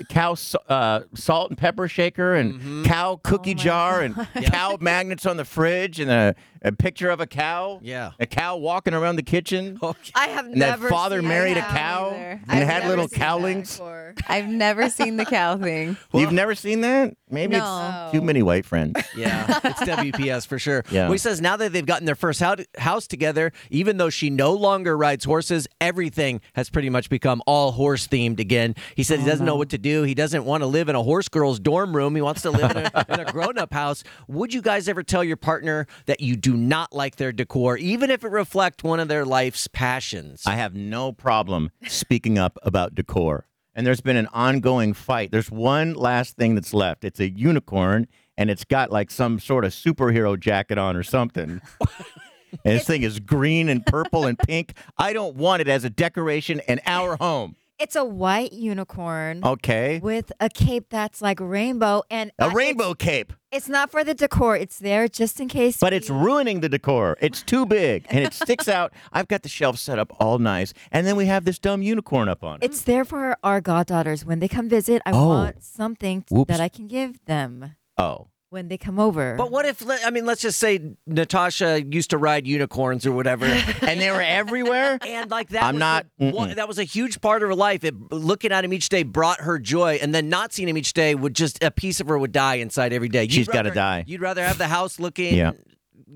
Speaker 2: cow s- uh, salt and pepper shaker and
Speaker 4: Mm-hmm.
Speaker 2: cow
Speaker 10: Oh
Speaker 2: cookie jar and cow magnets on the fridge and a, a picture of a cow.
Speaker 4: Yeah.
Speaker 2: a cow walking around the kitchen.
Speaker 10: I have
Speaker 2: And that
Speaker 10: never.
Speaker 2: father
Speaker 10: seen that
Speaker 2: married a
Speaker 10: cow.
Speaker 2: cow
Speaker 3: either.
Speaker 2: and
Speaker 10: I've
Speaker 2: had
Speaker 10: never
Speaker 2: little
Speaker 10: seen that
Speaker 2: cowlings.
Speaker 10: before.
Speaker 3: I've never seen the cow thing.
Speaker 2: You've never seen that? Maybe
Speaker 3: No.
Speaker 2: it's too many white friends.
Speaker 4: Yeah, it's WPS for sure.
Speaker 2: Yeah.
Speaker 4: Well, he says now that they've gotten their first hou- house together, even though she no longer rides horses, everything has pretty much become all horse themed again. He says he
Speaker 2: Oh,
Speaker 4: doesn't know what to do. He doesn't want to live in a horse girl's dorm room. He wants to live in a, in a grown up house. Would you guys ever tell your partner that you do not like their decor, even if it reflects one of their life's passions?
Speaker 2: I have no problem speaking up about decor. And there's been an ongoing fight. There's one last thing that's left. It's a unicorn, and it's got like some sort of superhero jacket on or something. and this thing is green and purple and pink. I don't want it as a decoration in our home.
Speaker 6: It's a white unicorn
Speaker 2: Okay.
Speaker 6: with a cape that's like rainbow and
Speaker 2: Oh. A
Speaker 6: I-
Speaker 2: rainbow cape,
Speaker 6: It's, it's not for the decor. It's there just in case.
Speaker 2: but it's ruining the decor. It's too big and it sticks out. I've got the shelf set up all nice. And then we have this dumb unicorn up on it.
Speaker 6: It's there for our goddaughters when they come visit. I want something t-
Speaker 2: Whoops.
Speaker 6: that I can give them
Speaker 2: oh.
Speaker 6: when they come over.
Speaker 4: but what if, le- I mean, let's just say Natasha used to ride unicorns or whatever.
Speaker 2: And they were everywhere?
Speaker 4: And like that,
Speaker 2: I'm
Speaker 4: was
Speaker 2: not-
Speaker 4: a- one-
Speaker 2: mm-mm.
Speaker 4: that was a huge part of her life. It, looking at him each day brought her joy, and then not seeing him each day would just a piece of her would die inside every day. You'd
Speaker 2: She's gotta
Speaker 4: rather-
Speaker 2: die.
Speaker 4: You'd rather have the house looking
Speaker 2: Yeah.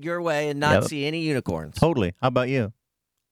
Speaker 4: your way and not
Speaker 2: Yep.
Speaker 4: see any unicorns.
Speaker 2: Totally. How about you?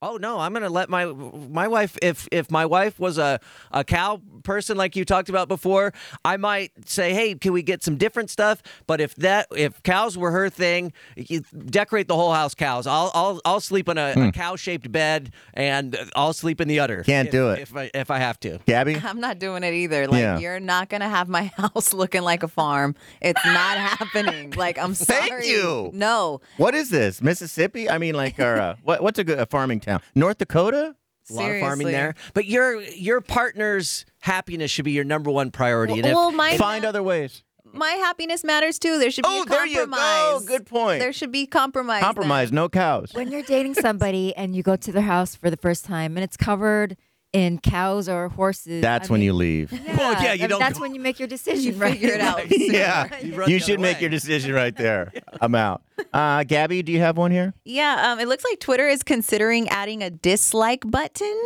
Speaker 4: Oh no, I'm gonna let my my wife. If if my wife was a a cow person like you talked about before, I might say, hey, can we get some different stuff? But if that if cows were her thing, you decorate the whole house cows. I'll I'll I'll sleep in a, a cow shaped bed and I'll sleep in the udder.
Speaker 2: Hmm. Can't
Speaker 4: if,
Speaker 2: do it.
Speaker 4: if I if I have to.
Speaker 2: Gabby?
Speaker 3: I'm not doing it either. Like
Speaker 2: Yeah.
Speaker 3: you're not gonna have my house looking like a farm. It's not happening. Like I'm sorry.
Speaker 2: Thank you.
Speaker 3: No.
Speaker 2: What is this? Mississippi? I mean, like, or, uh, what, what's a good a farming town? North Dakota?
Speaker 4: A lot of farming
Speaker 3: Seriously.
Speaker 4: there, but your your partner's happiness should be your number one priority. and if,
Speaker 3: Well, my
Speaker 2: Find other ways.
Speaker 3: my happiness matters too. There should be
Speaker 2: Oh,
Speaker 3: a
Speaker 2: there
Speaker 3: compromise.
Speaker 2: you go. Good point.
Speaker 3: There should be compromise. then.
Speaker 2: Compromise, no cows.
Speaker 6: when you're dating somebody and you go to their house for the first time and it's covered in cows or horses.
Speaker 2: That's
Speaker 6: I
Speaker 2: when
Speaker 6: mean,
Speaker 2: you leave.
Speaker 6: Yeah,
Speaker 4: Well, Oh, yeah, you
Speaker 6: I mean,
Speaker 4: don't
Speaker 6: That's
Speaker 4: go-
Speaker 6: when you make your decision. right?
Speaker 3: Figure it out.
Speaker 2: yeah.
Speaker 4: You run
Speaker 2: You
Speaker 4: the
Speaker 2: should
Speaker 4: other
Speaker 2: make
Speaker 4: way.
Speaker 2: your decision right there. I'm out. Uh, Gabby, do you have one here?
Speaker 3: Yeah, um, it looks like Twitter is considering adding a dislike button.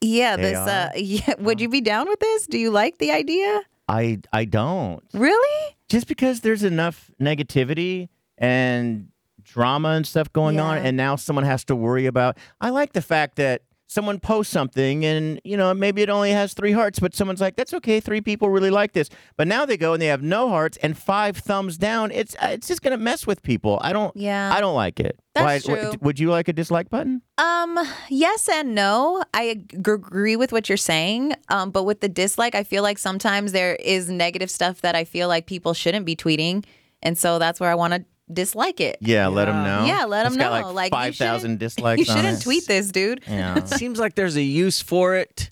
Speaker 3: Yeah,
Speaker 2: They
Speaker 3: this. Uh, yeah, would you be down with this? Do you like the idea?
Speaker 2: I I don't.
Speaker 3: Really?
Speaker 2: Just because there's enough negativity and drama and stuff going on,
Speaker 6: Yeah.
Speaker 2: and now someone has to worry about. I like the fact that someone posts something, and you know maybe it only has three hearts, but someone's like, "That's okay, three people really like this." But now they go and they have no hearts and five thumbs down. It's uh, it's just gonna mess with people. I don't.
Speaker 3: Yeah.
Speaker 2: I don't like it.
Speaker 3: That's
Speaker 2: Why- w-
Speaker 3: true.
Speaker 2: would you like a dislike button?
Speaker 3: Um, yes and no. I ag- agree with what you're saying. Um, but with the dislike, I feel like sometimes there is negative stuff that I feel like people shouldn't be tweeting, and so that's where I want to dislike it.
Speaker 2: Yeah, let them know.
Speaker 3: Yeah, let
Speaker 2: It's
Speaker 3: 'em
Speaker 2: got
Speaker 3: know.
Speaker 2: like
Speaker 3: Like, you
Speaker 2: five thousand
Speaker 3: shouldn't-
Speaker 2: dislikes.
Speaker 3: you
Speaker 2: on
Speaker 3: shouldn't
Speaker 2: it.
Speaker 3: tweet this, dude.
Speaker 2: Yeah.
Speaker 4: seems like there's a use for it.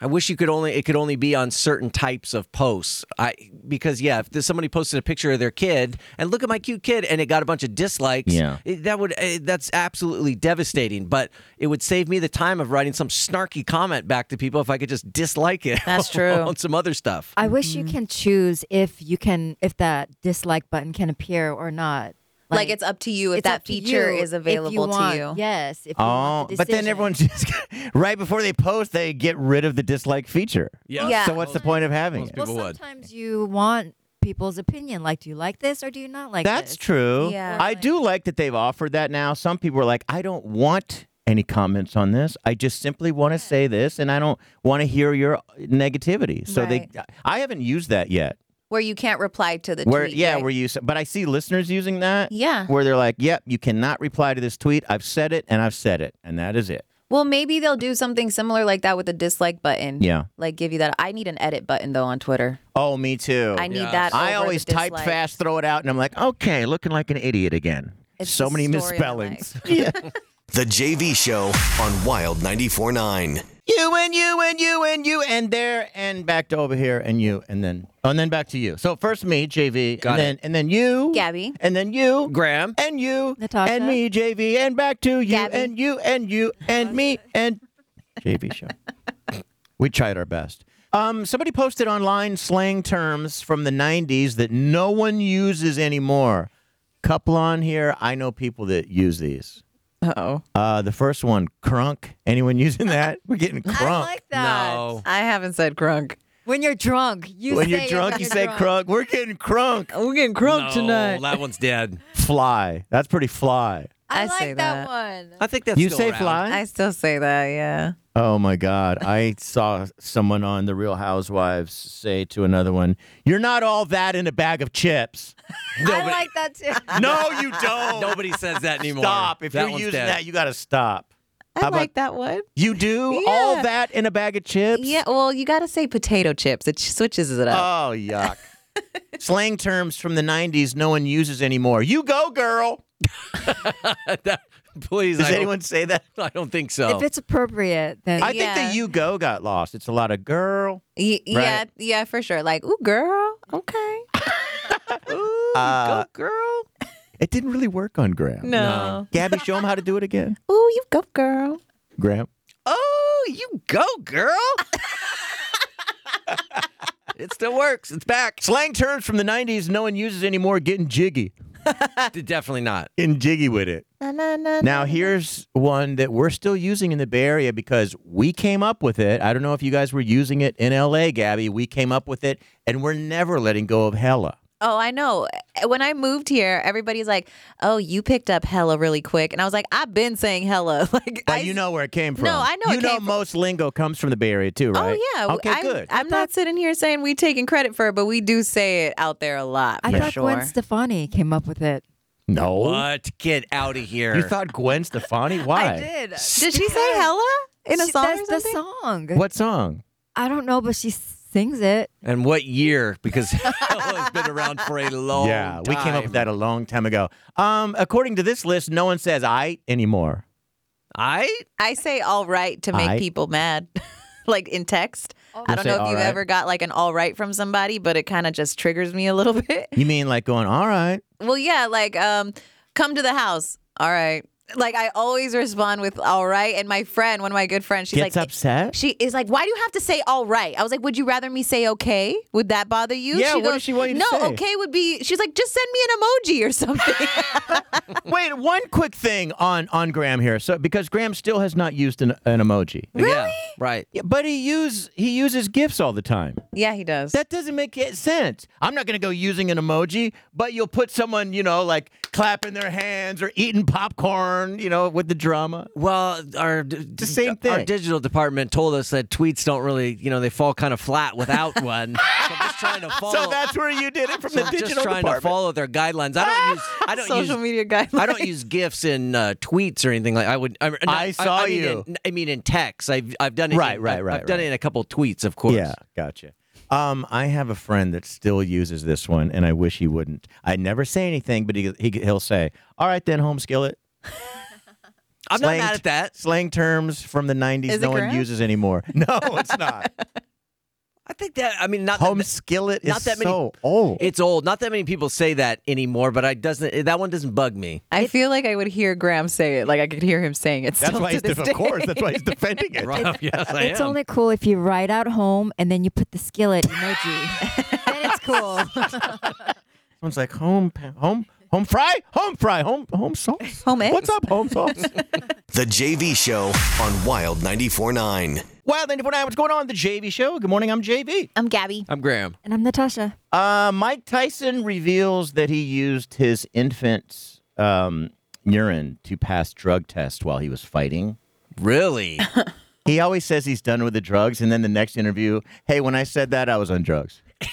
Speaker 4: I wish you could only it could only be on certain types of posts. I because yeah, if there's somebody posted a picture of their kid and look at my cute kid and it got a bunch of dislikes,
Speaker 2: Yeah.
Speaker 4: it- that would eh, that's absolutely devastating. But it would save me the time of writing some snarky comment back to people if I could just dislike it.
Speaker 3: That's true.
Speaker 4: on some other stuff.
Speaker 6: I wish you can choose if you can if that dislike button can appear or not.
Speaker 3: Like, it's up to you if
Speaker 6: it's up
Speaker 3: that
Speaker 6: to
Speaker 3: feature
Speaker 6: you
Speaker 3: is
Speaker 6: if you
Speaker 3: available
Speaker 6: want-
Speaker 3: to you.
Speaker 6: Yes. If you
Speaker 2: Oh,
Speaker 6: want the
Speaker 2: but then
Speaker 6: decision.
Speaker 2: everyone's just right before they post, they get rid of the dislike feature.
Speaker 3: Yeah.
Speaker 2: So what's the point of having it?
Speaker 6: Well,
Speaker 4: people would.
Speaker 6: sometimes you want people's opinion. Like, do you like this or do you not like
Speaker 2: That's
Speaker 6: this?
Speaker 2: true.
Speaker 3: Yeah.
Speaker 2: I do like that they've offered that now. Some people are like, I don't want any comments on this. I just simply want to say this, and I don't want to hear your negativity. So they, I haven't used that yet.
Speaker 3: where you can't reply to the
Speaker 2: Where
Speaker 3: tweet.
Speaker 2: yeah,
Speaker 3: right?
Speaker 2: where you s- but I see listeners using that.
Speaker 3: Yeah.
Speaker 2: where they're like, "Yep, you cannot reply to this tweet. I've said it, and I've said it, and that is it."
Speaker 3: well, maybe they'll do something similar like that with a dislike button.
Speaker 2: Yeah.
Speaker 3: like give you that. I need an edit button though on Twitter.
Speaker 2: Oh, me too.
Speaker 3: I need that.
Speaker 2: I
Speaker 3: over the
Speaker 2: always type
Speaker 3: dislike.
Speaker 2: fast, throw it out, and I'm like, "Okay, looking like an idiot again."
Speaker 3: It's
Speaker 2: so
Speaker 3: the
Speaker 2: many
Speaker 3: story of my
Speaker 2: misspellings. yeah.
Speaker 1: The JV Show on Wild 94.9.
Speaker 2: you and you and you and you and there and back to over here and you and then oh, and then back to you. So first me, JV,
Speaker 4: Got
Speaker 2: and
Speaker 4: it.
Speaker 2: then and then you,
Speaker 3: Gabby.
Speaker 2: and then you,
Speaker 4: Graham.
Speaker 2: and you,
Speaker 6: Natasha.
Speaker 2: and me, JV, and back to you,
Speaker 3: Gabby.
Speaker 2: and you, and you, and me, and JV show. we tried our best. Um, somebody posted online slang terms from the '90s that no one uses anymore. Couple on here. I know people that use these.
Speaker 3: Oh,
Speaker 2: Uh, the first one, crunk. Anyone using that? We're getting crunk.
Speaker 6: I like that.
Speaker 4: No.
Speaker 3: I haven't said crunk.
Speaker 6: When you're drunk, you
Speaker 2: when
Speaker 6: say
Speaker 2: you're
Speaker 6: it
Speaker 2: drunk,
Speaker 6: when
Speaker 2: you
Speaker 6: you're
Speaker 2: say crunk. We're getting crunk.
Speaker 3: We're getting crunk
Speaker 4: No, that one's dead.
Speaker 2: Fly. That's pretty fly.
Speaker 6: I,
Speaker 3: I
Speaker 6: like
Speaker 3: say
Speaker 6: that,
Speaker 3: that.
Speaker 6: one.
Speaker 4: I think that's
Speaker 2: you
Speaker 4: still
Speaker 2: say
Speaker 4: around.
Speaker 2: fly?
Speaker 3: I still say that. Yeah.
Speaker 2: oh my God. I saw someone on The Real Housewives say to another one, You're not all that in a bag of chips.
Speaker 6: I like that too.
Speaker 2: Oh, no, you don't.
Speaker 4: Nobody says that anymore.
Speaker 2: stop. If
Speaker 4: That
Speaker 2: you're
Speaker 4: one's
Speaker 2: using
Speaker 4: dead.
Speaker 2: that, you got to stop.
Speaker 3: I
Speaker 2: How about-
Speaker 3: like that one.
Speaker 2: You do
Speaker 3: Yeah.
Speaker 2: all that in a bag of chips?
Speaker 3: Yeah, well, you got to say potato chips. It switches it up.
Speaker 2: Oh, yuck. Slang terms from the 90s no one uses anymore. You go, girl.
Speaker 4: please.
Speaker 2: Does
Speaker 4: I don't-
Speaker 2: anyone say that?
Speaker 4: I don't think so.
Speaker 6: If it's appropriate, then
Speaker 2: I think
Speaker 3: Yeah.
Speaker 2: the you go got lost. It's a lot of girl.
Speaker 3: Y- Yeah,
Speaker 2: right.
Speaker 3: yeah, for sure. Like, ooh, girl, okay.
Speaker 2: Uh,
Speaker 4: girl.
Speaker 2: It didn't really work on Graham.
Speaker 3: No.
Speaker 2: Gabby, show him how to do it again.
Speaker 3: Ooh, you go, girl.
Speaker 2: Graham.
Speaker 4: Oh, you go, girl. it still works. It's back.
Speaker 2: Slang terms from the 90s no one uses anymore. Getting jiggy.
Speaker 4: Definitely not.
Speaker 2: Getting jiggy with it. Now, here's one that we're still using in the Bay Area because we came up with it. I don't know if you guys were using it in LA, Gabby. We came up with it, and we're never letting go of hella.
Speaker 3: Oh, I know. When I moved here, everybody's like, "Oh, you picked up hella really quick," and I was like, "I've been saying hella." Like,
Speaker 2: But
Speaker 3: I,
Speaker 2: you know where it came from.
Speaker 3: No, I know
Speaker 2: You
Speaker 3: it
Speaker 2: know
Speaker 3: came from-
Speaker 2: most lingo comes from the Bay Area, too,
Speaker 3: Oh
Speaker 2: right?
Speaker 3: yeah.
Speaker 2: Okay,
Speaker 3: I'm,
Speaker 2: good.
Speaker 3: I'm not sitting here saying we taking credit for it, but we do say it out there a lot.
Speaker 6: I
Speaker 3: for
Speaker 6: thought
Speaker 3: sure.
Speaker 6: Gwen Stefani came up with it.
Speaker 2: no.
Speaker 4: What? Get out of here.
Speaker 2: Oh. You thought Gwen Stefani? Why?
Speaker 6: did.
Speaker 3: Did she say hella in a
Speaker 6: She-
Speaker 3: song? or
Speaker 6: That's the
Speaker 3: something?
Speaker 6: song.
Speaker 2: What song?
Speaker 6: I don't know, but she sings it.
Speaker 4: and what year? Because it's been around for a long
Speaker 2: yeah, we came up with
Speaker 4: time.
Speaker 2: that a long time ago. Um, according to this list, no one says "I" anymore.
Speaker 4: I
Speaker 3: I say all right to make
Speaker 2: I-
Speaker 3: people mad, like in text. I don't
Speaker 2: say
Speaker 3: know if
Speaker 2: all
Speaker 3: you've
Speaker 2: right.
Speaker 3: ever got like an all right from somebody, but it kind of just triggers me a little bit.
Speaker 2: You mean like going, "All right"?
Speaker 3: well, yeah, like um, come to the house. All right. Like I always respond with all right. And my friend, one of my good friends, she's
Speaker 2: gets
Speaker 3: like,
Speaker 2: upset.
Speaker 3: she is like, why do you have to say all right? I was like, would you rather me say okay? Would that bother you?
Speaker 2: Yeah,
Speaker 3: she
Speaker 2: what does she want you to
Speaker 3: no,
Speaker 2: say?"
Speaker 3: okay would be. She's like, just send me an emoji or something.
Speaker 2: Wait, one quick thing on on Graham here. So because Graham still has not used an, an emoji,
Speaker 4: Yeah, right.
Speaker 2: Yeah, but he use he uses gifs all the time.
Speaker 3: yeah, he does.
Speaker 2: That doesn't make it sense. I'm not gonna go using an emoji, but you'll put someone you know like clapping their hands or eating popcorn, you know, with the drama.
Speaker 4: Well, our the
Speaker 2: same
Speaker 4: Our
Speaker 2: thing.
Speaker 4: digital department told us that tweets don't really, you know, they fall kind of flat without one. so I'm just trying to follow.
Speaker 2: So that's where you did it from
Speaker 4: so
Speaker 2: the
Speaker 4: I'm
Speaker 2: digital
Speaker 4: just trying
Speaker 2: department.
Speaker 4: to follow their guidelines. I don't use. I don't
Speaker 3: Social
Speaker 4: use,
Speaker 3: media guidelines.
Speaker 4: I don't use gifs in uh, tweets or anything like. I would. I,
Speaker 2: I saw
Speaker 4: mean
Speaker 2: you.
Speaker 4: in- I mean, in text. I've I've done it. in-
Speaker 2: Right, right,
Speaker 4: I've-
Speaker 2: right,
Speaker 4: I've done
Speaker 2: right.
Speaker 4: it in a couple tweets, of course.
Speaker 2: Yeah, gotcha. Um, I have a friend that still uses this one, and I wish he wouldn't. I never say anything, but he, he he'll say, "All right then, home skillet."
Speaker 4: I'm
Speaker 2: Slang-
Speaker 4: not mad at that.
Speaker 2: Slang terms from the '90s
Speaker 3: Is it
Speaker 2: no one
Speaker 3: correct?
Speaker 2: uses anymore. No, it's not.
Speaker 4: I think that. I mean, not.
Speaker 2: home
Speaker 4: that,
Speaker 2: skillet is
Speaker 4: not that many-
Speaker 2: so old.
Speaker 4: it's old. Not that many people say that anymore. But I doesn't. That one doesn't bug me.
Speaker 3: I feel like I would hear Graham say it. Like I could hear him saying it.
Speaker 2: that's
Speaker 3: still
Speaker 2: why
Speaker 3: to
Speaker 2: he's
Speaker 3: this
Speaker 2: def-
Speaker 3: day.
Speaker 2: of course. That's why he's defending it.
Speaker 4: yes, I
Speaker 6: It's
Speaker 4: am.
Speaker 6: only cool if you write out home and then you put the skillet emoji. then it's cool.
Speaker 2: Someone's like home pa- home home fry home fry home home sauce
Speaker 3: Home eggs?
Speaker 2: What's up home sauce?
Speaker 1: The JV Show on Wild 94.9.
Speaker 2: wow, then what's going on? The JV show. Good morning. I'm JV.
Speaker 3: I'm Gabby.
Speaker 4: I'm Graham.
Speaker 6: And I'm Natasha.
Speaker 2: Uh, Mike Tyson reveals that he used his infant's um, urine to pass drug tests while he was fighting.
Speaker 4: Really?
Speaker 2: He always says he's done with the drugs, and then the next interview, hey, when I said that, I was on drugs.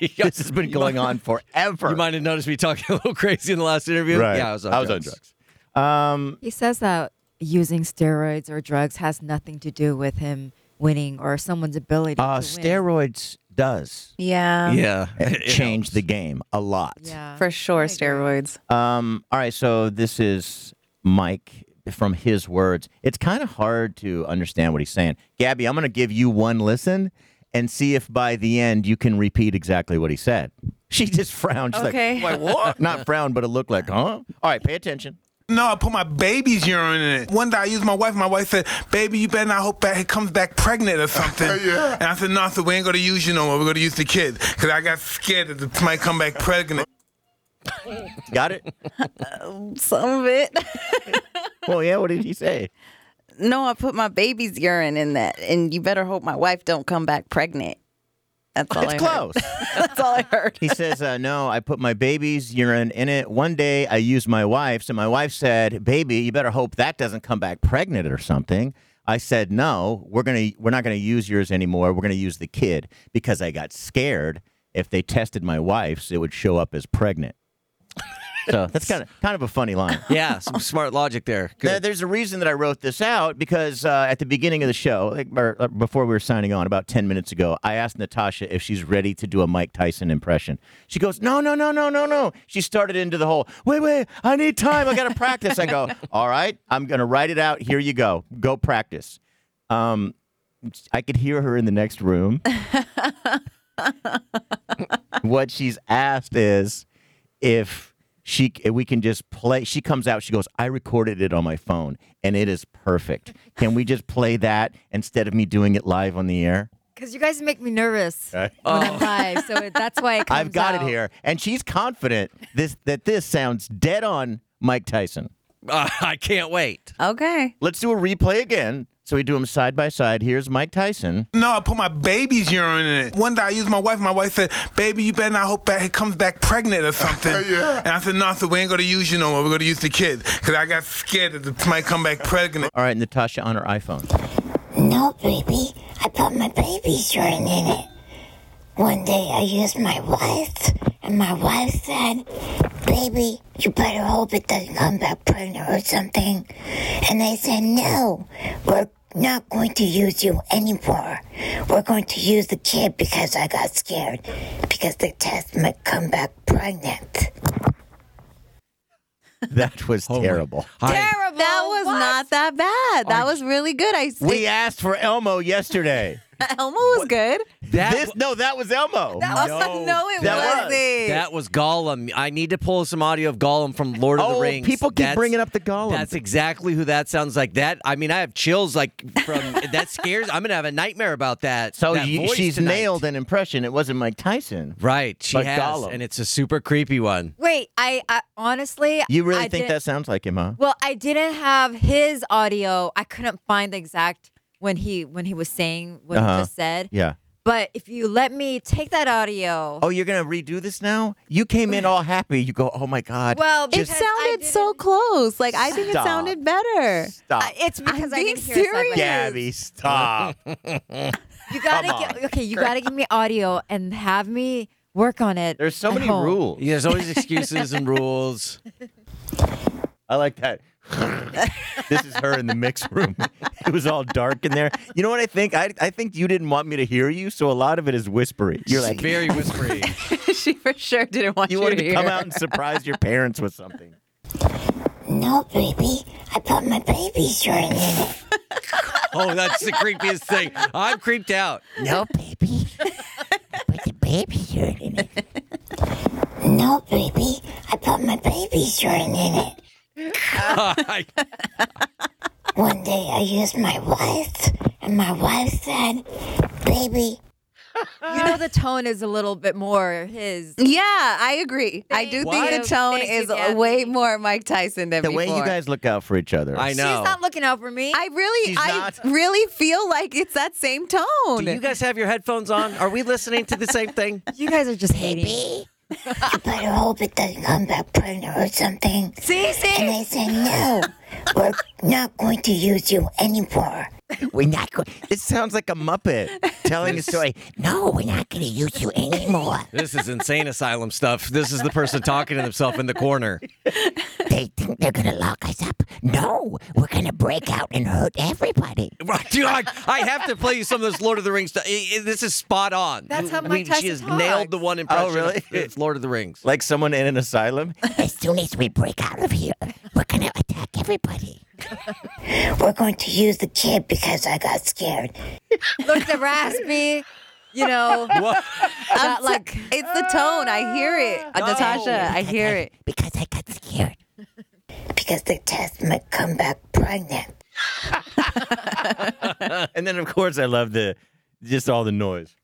Speaker 2: This has been going on forever.
Speaker 4: You might have noticed me talking a little crazy in the last interview.
Speaker 2: Right.
Speaker 4: Yeah, I was on drugs.
Speaker 2: Um,
Speaker 6: He says that using steroids or drugs has nothing to do with him winning or someone's ability
Speaker 2: uh,
Speaker 6: to win.
Speaker 2: steroids does eh,
Speaker 3: Yeah.
Speaker 4: Yeah.
Speaker 2: change the game a lot.
Speaker 6: Yeah.
Speaker 3: For sure, steroids.
Speaker 2: Um, all right, so this is Mike from his words. It's kind of hard to understand what he's saying. Gabby, I'm going to give you one listen and see if by the end you can repeat exactly what he said. She just frowned. She's
Speaker 3: Okay.
Speaker 2: like, Wait, what? Not frowned, but it looked like, huh? All right, pay attention.
Speaker 10: No, I put my baby's urine in it. One day I used my wife. My wife said, "Baby, you better not hope that he comes back pregnant or something." yeah. And I said, "No, so we ain't gonna use you no more. We're gonna use the kid because I got scared that it might come back pregnant."
Speaker 2: Got it?
Speaker 3: Some of it.
Speaker 2: well, yeah, what did he say?
Speaker 3: no, I put my baby's urine in that, and you better hope my wife don't come back pregnant. That's all
Speaker 2: It's
Speaker 3: I heard.
Speaker 2: close.
Speaker 3: That's all I heard.
Speaker 2: He says, uh, No, I put my baby's urine in it. One day I used my wife's, and my wife said, Baby, you better hope that doesn't come back pregnant or something. I said, No, we're, gonna, we're not going to use yours anymore. We're going to use the kid because I got scared if they tested my wife's, it would show up as pregnant. So that's kind of kind of a funny line.
Speaker 4: Yeah, some smart logic there.
Speaker 2: Now,
Speaker 4: Good.
Speaker 2: there's a reason that I wrote this out because uh, at the beginning of the show, like, or, or before we were signing on, about 10 minutes ago, I asked Natasha if she's ready to do a Mike Tyson impression. She goes, No, no, no, no, no, no. She started into the whole, Wait, wait, I need time. I got to practice. I go, All right, I'm going to write it out. Here you go. Go practice. Um, I could hear her in the next room. what she's asked is if she if we can just play she comes out she goes i recorded it on my phone and it is perfect can we just play that instead of me doing it live on the air
Speaker 6: Because you guys make me nervous when I'm live, so it- that's why it comes
Speaker 2: Oh. i've got
Speaker 6: out.
Speaker 2: it here and she's confident this that this sounds dead on mike tyson
Speaker 4: Uh, I can't wait.
Speaker 3: Okay.
Speaker 2: let's do a replay again so we do them side by side here's mike tyson
Speaker 10: No, I put my baby's urine in it. One day I used my wife. My wife said, "Baby, you better not hope that he comes back pregnant or something." yeah. And I said, "No, so we ain't gonna use you no more. We're gonna use the kid because I got scared that it might come back pregnant."
Speaker 2: all right natasha on her iphone
Speaker 11: No, baby, I put my baby's urine in it. One day I used my wife, and my wife said, Baby, you better hope it doesn't come back pregnant or something. And I said, No, we're not going to use you anymore. We're going to use the kid because I got scared, because the test might come back pregnant.
Speaker 2: that was terrible
Speaker 6: Terrible.
Speaker 3: That was
Speaker 6: What?
Speaker 3: not that bad. That was really good. I
Speaker 2: we asked for elmo yesterday
Speaker 3: Elmo was good.
Speaker 4: That
Speaker 2: this no that was elmo
Speaker 3: That was no, it
Speaker 2: that was-
Speaker 3: wasn't.
Speaker 4: That was Gollum. I need to pull some audio of Gollum from Lord of
Speaker 2: Oh,
Speaker 4: the Rings.
Speaker 2: people keep bringing up the Gollum.
Speaker 4: That's exactly who that sounds like. That I mean, I have chills. Like from that scares. I'm gonna have a nightmare about that.
Speaker 2: So
Speaker 4: that
Speaker 2: you,
Speaker 4: voice
Speaker 2: she's
Speaker 4: tonight.
Speaker 2: nailed an impression. It wasn't Mike Tyson.
Speaker 4: Right, she
Speaker 2: Like
Speaker 4: has,
Speaker 2: Gollum.
Speaker 4: and it's a super creepy one.
Speaker 6: Wait, I, I honestly.
Speaker 2: You really
Speaker 6: I
Speaker 2: think
Speaker 6: didn't-
Speaker 2: that sounds like him, huh?
Speaker 6: Well, I didn't have his audio. I couldn't find the exact when he when he was saying what
Speaker 2: Uh-huh.
Speaker 6: he just said.
Speaker 2: Yeah.
Speaker 6: But if you let me take that audio.
Speaker 2: Oh, you're gonna redo this now? You came in all happy. You go, oh my god.
Speaker 6: well,
Speaker 3: It
Speaker 6: because I
Speaker 3: sounded so
Speaker 6: didn't-
Speaker 3: close. Like I think it
Speaker 2: Stop.
Speaker 3: sounded better.
Speaker 2: stop,
Speaker 6: I- It's because I
Speaker 3: being
Speaker 6: didn't hear his side by
Speaker 3: serious.
Speaker 6: side.
Speaker 2: Gabby, stop.
Speaker 6: You gotta gi- okay. You gotta give me audio and have me work on it.
Speaker 2: There's so
Speaker 6: at
Speaker 2: many
Speaker 6: home.
Speaker 2: rules.
Speaker 4: There's always excuses and rules.
Speaker 2: I like that. this is her in the mix room. it was all dark in there. You know what I think? I I think you didn't want me to hear you, so a lot of it is whispery. You're
Speaker 4: It's
Speaker 2: like,
Speaker 4: very whispery.
Speaker 3: she for sure didn't want you,
Speaker 2: you wanted
Speaker 3: to
Speaker 2: to
Speaker 3: hear.
Speaker 2: come out and surprise your parents with something.
Speaker 11: No, baby, I put my baby's urine in it.
Speaker 4: oh, that's the creepiest thing. I'm creeped out.
Speaker 11: No, baby. I put the baby's urine in it. No, baby. I put my baby's urine in it.
Speaker 4: I-
Speaker 11: One day I used my wife, and my wife said, Baby,
Speaker 6: You know, the tone is a little bit more his.
Speaker 3: Yeah, I agree. I do
Speaker 4: Thank
Speaker 3: think
Speaker 6: you.
Speaker 3: the tone
Speaker 6: Thank you,
Speaker 3: is
Speaker 6: Gabby.
Speaker 3: way more Mike Tyson than
Speaker 2: The
Speaker 3: before.
Speaker 2: way you guys look out for each other.
Speaker 4: I know.
Speaker 6: She's not looking out for me.
Speaker 3: I really,
Speaker 2: She's
Speaker 3: I
Speaker 2: not.
Speaker 3: really feel like it's that same tone.
Speaker 4: Do you guys have your headphones on? Are we listening to the same thing?
Speaker 6: you guys are just hating.
Speaker 11: baby, you better hope it doesn't come back pregnant or something.
Speaker 3: See, see?
Speaker 11: And they said, no, we're not going to use you anymore.
Speaker 12: We're not going. This sounds like a Muppet telling a story. No, we're not going to use you anymore.
Speaker 4: This is insane asylum stuff. This is the person talking to themselves in the corner.
Speaker 12: They think they're going to lock us up. No, we're going to break out and hurt everybody.
Speaker 4: Right, dude, I, I have to play you some of this Lord of the Rings stuff. I- I- This is spot on.
Speaker 3: That's how
Speaker 4: We-
Speaker 3: Mike
Speaker 4: She
Speaker 3: Tyson
Speaker 4: has nailed the one impression.
Speaker 12: Oh, really?
Speaker 4: of- It's Lord of the Rings.
Speaker 12: Like someone in an asylum?
Speaker 11: As soon as we break out of here, we're going to
Speaker 12: uh,
Speaker 11: attack everybody. we're going to use the kid because I got scared.
Speaker 6: Look, the raspy, you know,
Speaker 3: I'm
Speaker 6: that,
Speaker 3: t-
Speaker 6: like
Speaker 3: it's the tone. I hear it, Uh, Natasha. I hear it.
Speaker 11: Because I got scared. Because the test might come back pregnant.
Speaker 12: And then, of course, I love the just all the noise.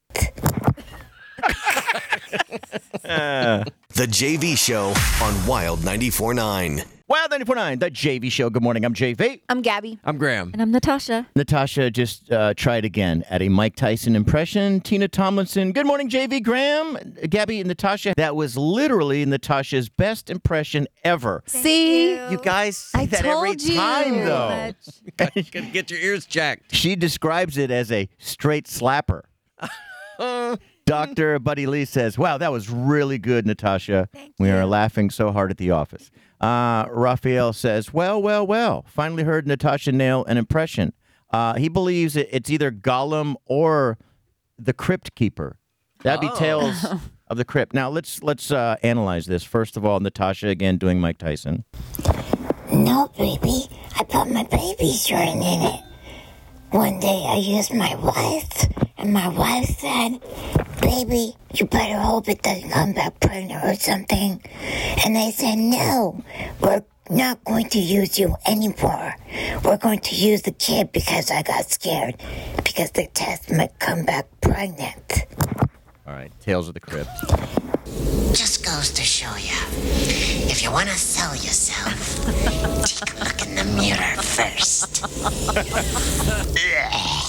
Speaker 1: the JV Show on Wild 94.9.
Speaker 2: Wild 94.9, the JV show. Good morning. I'm JV.
Speaker 3: I'm Gabby.
Speaker 4: I'm Graham.
Speaker 6: and I'm Natasha.
Speaker 2: Natasha just uh, tried again at a Mike Tyson impression. Tina Tomlinson. Good morning, JV Graham, Gabby, and Natasha. That was literally Natasha's best impression ever.
Speaker 3: See,
Speaker 12: You guys say
Speaker 3: I
Speaker 12: that every
Speaker 3: told you.
Speaker 12: time, though.
Speaker 4: You gotta get your ears checked.
Speaker 2: She describes it as a straight slapper. Dr. Buddy Lee says, Wow, that was really good, Natasha. we are laughing so hard at the office. Uh, Raphael says, Well, well, well. Finally heard Natasha nail an impression. Uh, he believes it, it's either Gollum or the Crypt Keeper. That'd be Tales of the Crypt. Now, let's, let's uh, analyze this. First of all, Natasha again doing Mike Tyson.
Speaker 11: No, baby, I put my baby's urine in it. One day I used my wife, and my wife said, Baby, you better hope it doesn't come back pregnant or something. And they said, No, we're not going to use you anymore. We're going to use the kid because I got scared, because the test might come back pregnant.
Speaker 2: All right, Tales of the Crypt.
Speaker 11: Just goes to show you, if you want to sell yourself, take a look in the mirror first.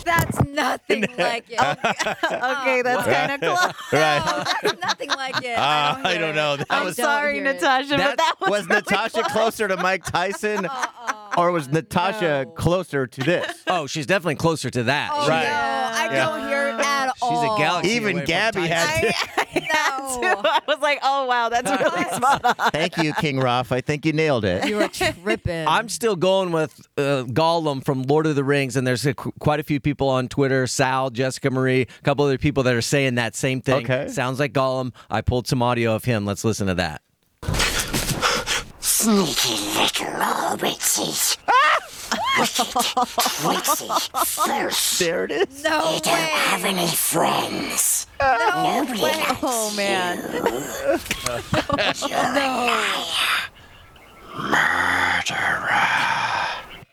Speaker 6: That's nothing like it. Oh.
Speaker 3: okay, that's kind of close.
Speaker 2: Right.
Speaker 6: That's nothing like it.
Speaker 2: Ah,
Speaker 6: I
Speaker 2: I
Speaker 6: don't,
Speaker 2: don't know. That
Speaker 3: I'm
Speaker 2: was
Speaker 3: sorry,
Speaker 6: hear it.
Speaker 3: Natasha, but that was,
Speaker 2: was Natasha closer to Mike Tyson,
Speaker 6: Uh-uh.
Speaker 2: or was Natasha closer to this?
Speaker 4: Oh, she's definitely closer to that.
Speaker 6: Oh,
Speaker 2: Right.
Speaker 6: No, I
Speaker 2: Yeah.
Speaker 6: don't hear it at
Speaker 4: She's
Speaker 6: all.
Speaker 4: a galaxy.
Speaker 2: Even
Speaker 4: away from
Speaker 2: Gabby
Speaker 4: Tyson.
Speaker 2: had to.
Speaker 6: No.
Speaker 3: I was like, oh wow, that's really smart.
Speaker 2: Thank you, King Ralph. I think you nailed it.
Speaker 6: You are tripping.
Speaker 4: I'm still going with uh, Gollum from Lord of the Rings, and there's a, qu- quite a few people on Twitter, Sal, Jessica Marie, a couple other people that are saying that same thing.
Speaker 2: Okay.
Speaker 4: Sounds like Gollum. I pulled some audio of him. Let's listen to that.
Speaker 11: Sneaky little Robitsies. Twixy first.
Speaker 2: There it is.
Speaker 6: no
Speaker 11: You don't
Speaker 6: way.
Speaker 11: have any friends. Nobody likes
Speaker 3: Oh man.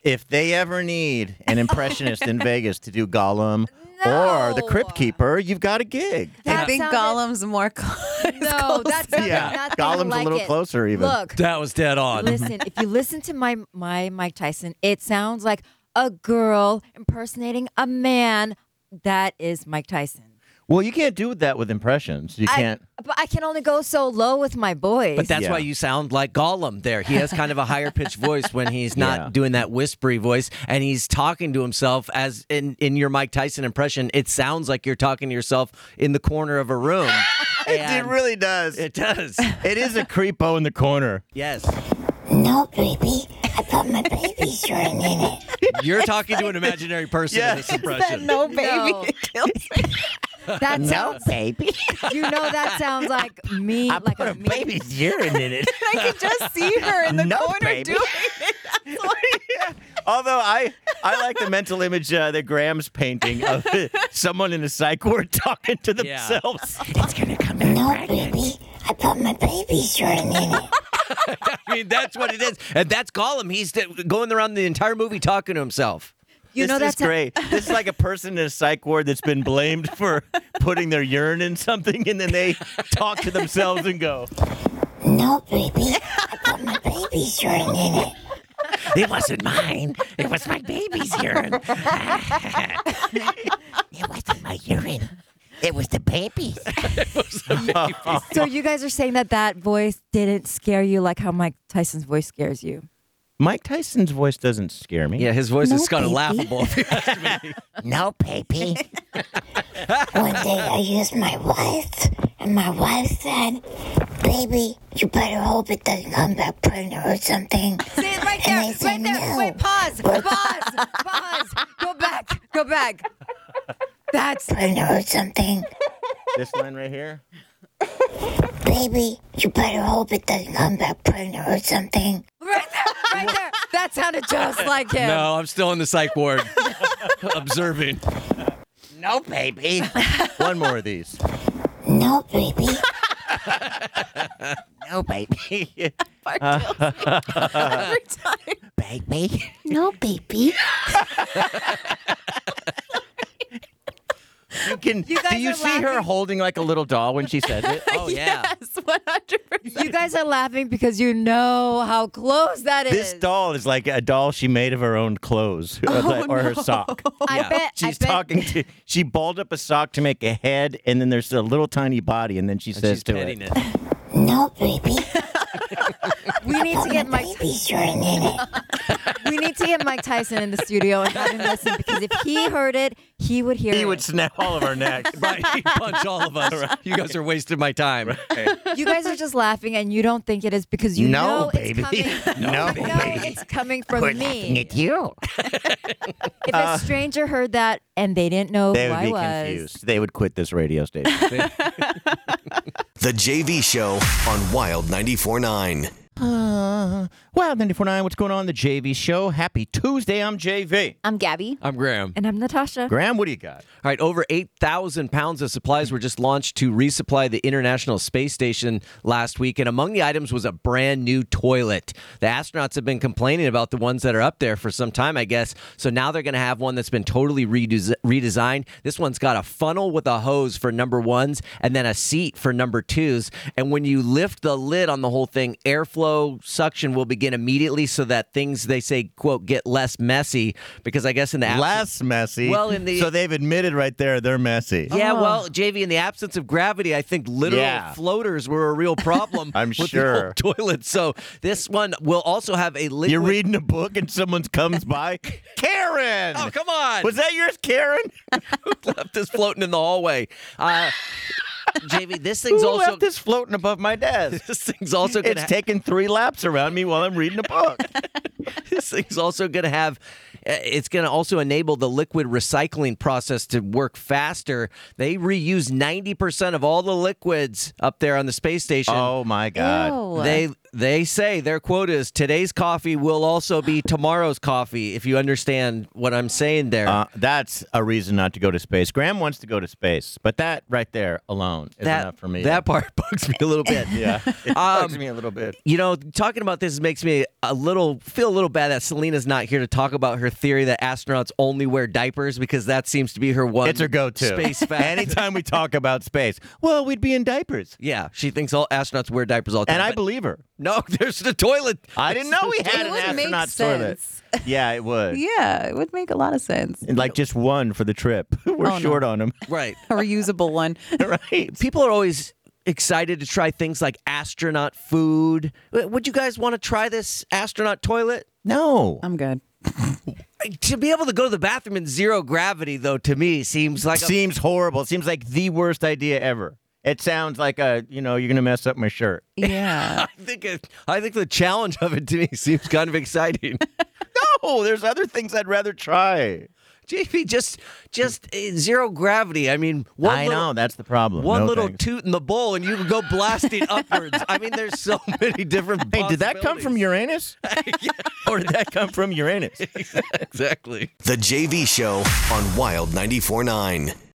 Speaker 2: If they ever need an impressionist in Vegas to do Gollum or the Crypt Keeper, you've got a gig.
Speaker 3: I
Speaker 6: That
Speaker 3: think
Speaker 6: sounded-
Speaker 3: Gollum's more. Close.
Speaker 6: No, that's nothing,
Speaker 2: Yeah,
Speaker 6: nothing
Speaker 2: Gollum's
Speaker 6: like
Speaker 2: a little
Speaker 6: it.
Speaker 2: closer even.
Speaker 6: Look,
Speaker 4: That was dead on.
Speaker 6: listen. if you listen to my my Mike Tyson, it sounds like a girl impersonating a man. That is Mike Tyson.
Speaker 2: Well, you can't do that with impressions. You can't.
Speaker 6: I, but I can only go so low with my voice.
Speaker 4: But that's
Speaker 2: Yeah.
Speaker 4: why you sound like Gollum there. He has kind of a higher pitched voice when he's not
Speaker 2: Yeah.
Speaker 4: doing that whispery voice and he's talking to himself as in, in your Mike Tyson impression, it sounds like you're talking to yourself in the corner of a room.
Speaker 2: it
Speaker 4: And
Speaker 2: really does.
Speaker 4: it does.
Speaker 2: it is a creepo in the corner.
Speaker 4: Yes.
Speaker 11: No, baby. I put my baby's urine in it.
Speaker 4: You're talking to an imaginary person in this impression.
Speaker 3: no baby,
Speaker 6: No.
Speaker 3: it kills me.
Speaker 6: that
Speaker 12: No,
Speaker 6: sounds.
Speaker 12: baby.
Speaker 6: You know that sounds like me.
Speaker 12: I
Speaker 6: like
Speaker 12: put
Speaker 6: a
Speaker 12: a
Speaker 6: me.
Speaker 12: baby's urine in it.
Speaker 3: I can just see her in the
Speaker 12: No,
Speaker 3: corner
Speaker 12: baby.
Speaker 3: doing it. That's like-
Speaker 2: Although I, I like the mental image uh, that Graham's painting of someone in a psych ward talking to
Speaker 4: Yeah.
Speaker 2: themselves.
Speaker 12: It's going to come
Speaker 11: No,
Speaker 12: out.
Speaker 11: baby. I put my baby's urine in it.
Speaker 4: I mean, that's what it is. And that's Gollum. He's th- going around the entire movie talking to himself.
Speaker 6: You
Speaker 2: this
Speaker 6: know
Speaker 2: is
Speaker 6: that's
Speaker 2: great. this is like a person in a psych ward that's been blamed for putting their urine in something, and then they talk to themselves and go,
Speaker 11: No, baby. I put my baby's urine in it.
Speaker 12: It wasn't mine. It was my baby's urine. it wasn't my urine. It was the babies.
Speaker 6: So you guys are saying that that voice didn't scare you like how Mike Tyson's voice scares you?
Speaker 2: Mike Tyson's voice doesn't scare me.
Speaker 4: Yeah, his voice is kind of laughable.
Speaker 12: no, baby.
Speaker 11: One day I used my wife, and my wife said, Baby, you better hope it doesn't come back pregnant or something.
Speaker 6: Say it right there, right there. Wait, pause, pause, pause. Go back, go back. That's
Speaker 11: pregnant or something.
Speaker 2: This line right here.
Speaker 11: Baby, you better hope it doesn't come back pregnant or something.
Speaker 6: Right there, right there. That sounded just like him.
Speaker 4: No, Oh, I'm still in the psych ward, observing.
Speaker 12: No, baby.
Speaker 2: One more of these.
Speaker 11: No, baby.
Speaker 12: No, baby.
Speaker 3: Bart kills me every time.
Speaker 12: baby.
Speaker 11: No, baby.
Speaker 2: You can.
Speaker 6: You guys
Speaker 2: do you
Speaker 6: are
Speaker 2: see her
Speaker 6: laughing.
Speaker 2: holding like a little doll when she says it?
Speaker 4: Oh yeah.
Speaker 3: Yes, 100%.
Speaker 6: You guys are laughing because you know how close that is.
Speaker 2: This doll is like a doll she made of her own clothes or, like- or her sock.
Speaker 6: I
Speaker 4: Yeah.
Speaker 6: bet.
Speaker 2: She's
Speaker 6: I bet,
Speaker 2: talking to. She balled up a sock to make a head, and then there's a little tiny body, and then she says
Speaker 4: She's
Speaker 2: to
Speaker 4: petting
Speaker 2: it,
Speaker 4: it.
Speaker 11: No, baby.
Speaker 6: We need to
Speaker 11: Put my
Speaker 6: get Mike.
Speaker 11: baby's urine in it.
Speaker 6: We need to get Mike Tyson in the studio and have him listen because if he heard it, he would hear
Speaker 2: "He
Speaker 6: it.
Speaker 2: would snap all of our necks."
Speaker 4: Right, he punch all of us. You guys are wasting my time.
Speaker 6: You guys are just laughing and you don't think it is because you
Speaker 12: No,
Speaker 6: know
Speaker 12: baby.
Speaker 6: it's coming.
Speaker 12: No,
Speaker 6: you know
Speaker 12: baby.
Speaker 6: it's coming from
Speaker 12: We're laughing
Speaker 6: me.
Speaker 12: at you.
Speaker 6: If a stranger heard that and they didn't know
Speaker 2: Uh. They
Speaker 6: who
Speaker 2: would
Speaker 6: I
Speaker 2: be
Speaker 6: was,
Speaker 2: confused. They would quit this radio station.
Speaker 1: The JV Show on Wild 94.9.
Speaker 2: Uh, wow, 94.9, what's going on? The JV show. Happy Tuesday. I'm JV.
Speaker 3: I'm Gabby.
Speaker 4: I'm Graham.
Speaker 6: and I'm Natasha.
Speaker 2: Graham, what do you got?
Speaker 4: All right, over 8,000 pounds of supplies were just launched to resupply the International Space Station last week. And among the items was a brand new toilet. The astronauts have been complaining about the ones that are up there for some time, I guess. So now they're going to have one that's been totally redes- redesigned. This one's got a funnel with a hose for number ones and then a seat for number twos. And when you lift the lid on the whole thing, airflow suction will begin immediately so that things, they say, quote, get less messy. Because I guess in the absence-
Speaker 2: Less messy.
Speaker 4: Well, in the-
Speaker 2: so they've admitted right there they're messy.
Speaker 4: yeah, well, JV, in the absence of gravity, I think literal
Speaker 2: Ah. Yeah.
Speaker 4: floaters were a real problem.
Speaker 2: I'm
Speaker 4: with
Speaker 2: sure.
Speaker 4: The old toilet. So this one will also have a liquid.
Speaker 2: You're reading a book and someone comes by. Karen!
Speaker 4: Oh, come on!
Speaker 2: Was that yours, Karen?
Speaker 4: left this floating in the hallway? Uh, JV, this
Speaker 2: Who
Speaker 4: thing's also
Speaker 2: left this floating above my desk?
Speaker 4: this thing's also gonna
Speaker 2: It's taking three laps around me while I'm reading a book.
Speaker 4: this thing's also going to have uh, it's going to also enable the liquid recycling process to work faster they reuse 90% of all the liquids up there on the space station
Speaker 2: oh, my God.
Speaker 4: They they say their quote is today's coffee will also be tomorrow's coffee. If you understand what I'm saying there,
Speaker 2: Uh, that's a reason not to go to space. Graham wants to go to space, but that right there alone is
Speaker 4: that
Speaker 2: enough for me.
Speaker 4: that part bugs me a little bit.
Speaker 2: yeah, it bugs
Speaker 3: Um,
Speaker 2: me a little bit.
Speaker 4: You know, talking about this makes me a little feel a little bad that Selena's not here to talk about her theory that astronauts only wear diapers because that seems to be her one.
Speaker 2: It's her go-to.
Speaker 4: space fact.
Speaker 2: Anytime we talk about space, well, we'd be in diapers,
Speaker 4: yeah, she thinks all astronauts wear diapers all the time.
Speaker 2: and I
Speaker 4: but
Speaker 2: believe her.
Speaker 4: no, there's the toilet.
Speaker 2: I didn't know we had
Speaker 3: It
Speaker 2: an
Speaker 3: would make
Speaker 2: astronaut toilet.
Speaker 3: sense.
Speaker 2: Yeah, it would.
Speaker 3: Yeah, it would make a lot of sense.
Speaker 2: And, Like just one for the trip. We're
Speaker 3: Oh, no.
Speaker 2: short on them,
Speaker 4: Right.
Speaker 3: A reusable one.
Speaker 2: right?
Speaker 4: people are always excited to try things like astronaut food. W- Would you guys want to try this astronaut toilet?
Speaker 2: No,
Speaker 3: I'm good.
Speaker 4: To be able to go to the bathroom in zero gravity, though, to me seems like a,
Speaker 2: seems horrible. Seems like the worst idea ever. It sounds like a you know you're gonna mess up my shirt.
Speaker 3: Yeah.
Speaker 4: I think it, I think the challenge of it to me seems kind of exciting.
Speaker 2: No, Oh, there's other things I'd rather try.
Speaker 4: JP, just just uh, zero gravity. I mean, one
Speaker 2: I
Speaker 4: little,
Speaker 2: know that's the problem.
Speaker 4: One
Speaker 2: No
Speaker 4: little
Speaker 2: thanks.
Speaker 4: toot in the bowl, and you can go blasting upwards. I mean, there's so many different.
Speaker 2: Hey, did that come from Uranus?
Speaker 4: possibilities.
Speaker 2: Or did that come from Uranus?
Speaker 4: exactly.
Speaker 1: The JV Show on Wild 94.9.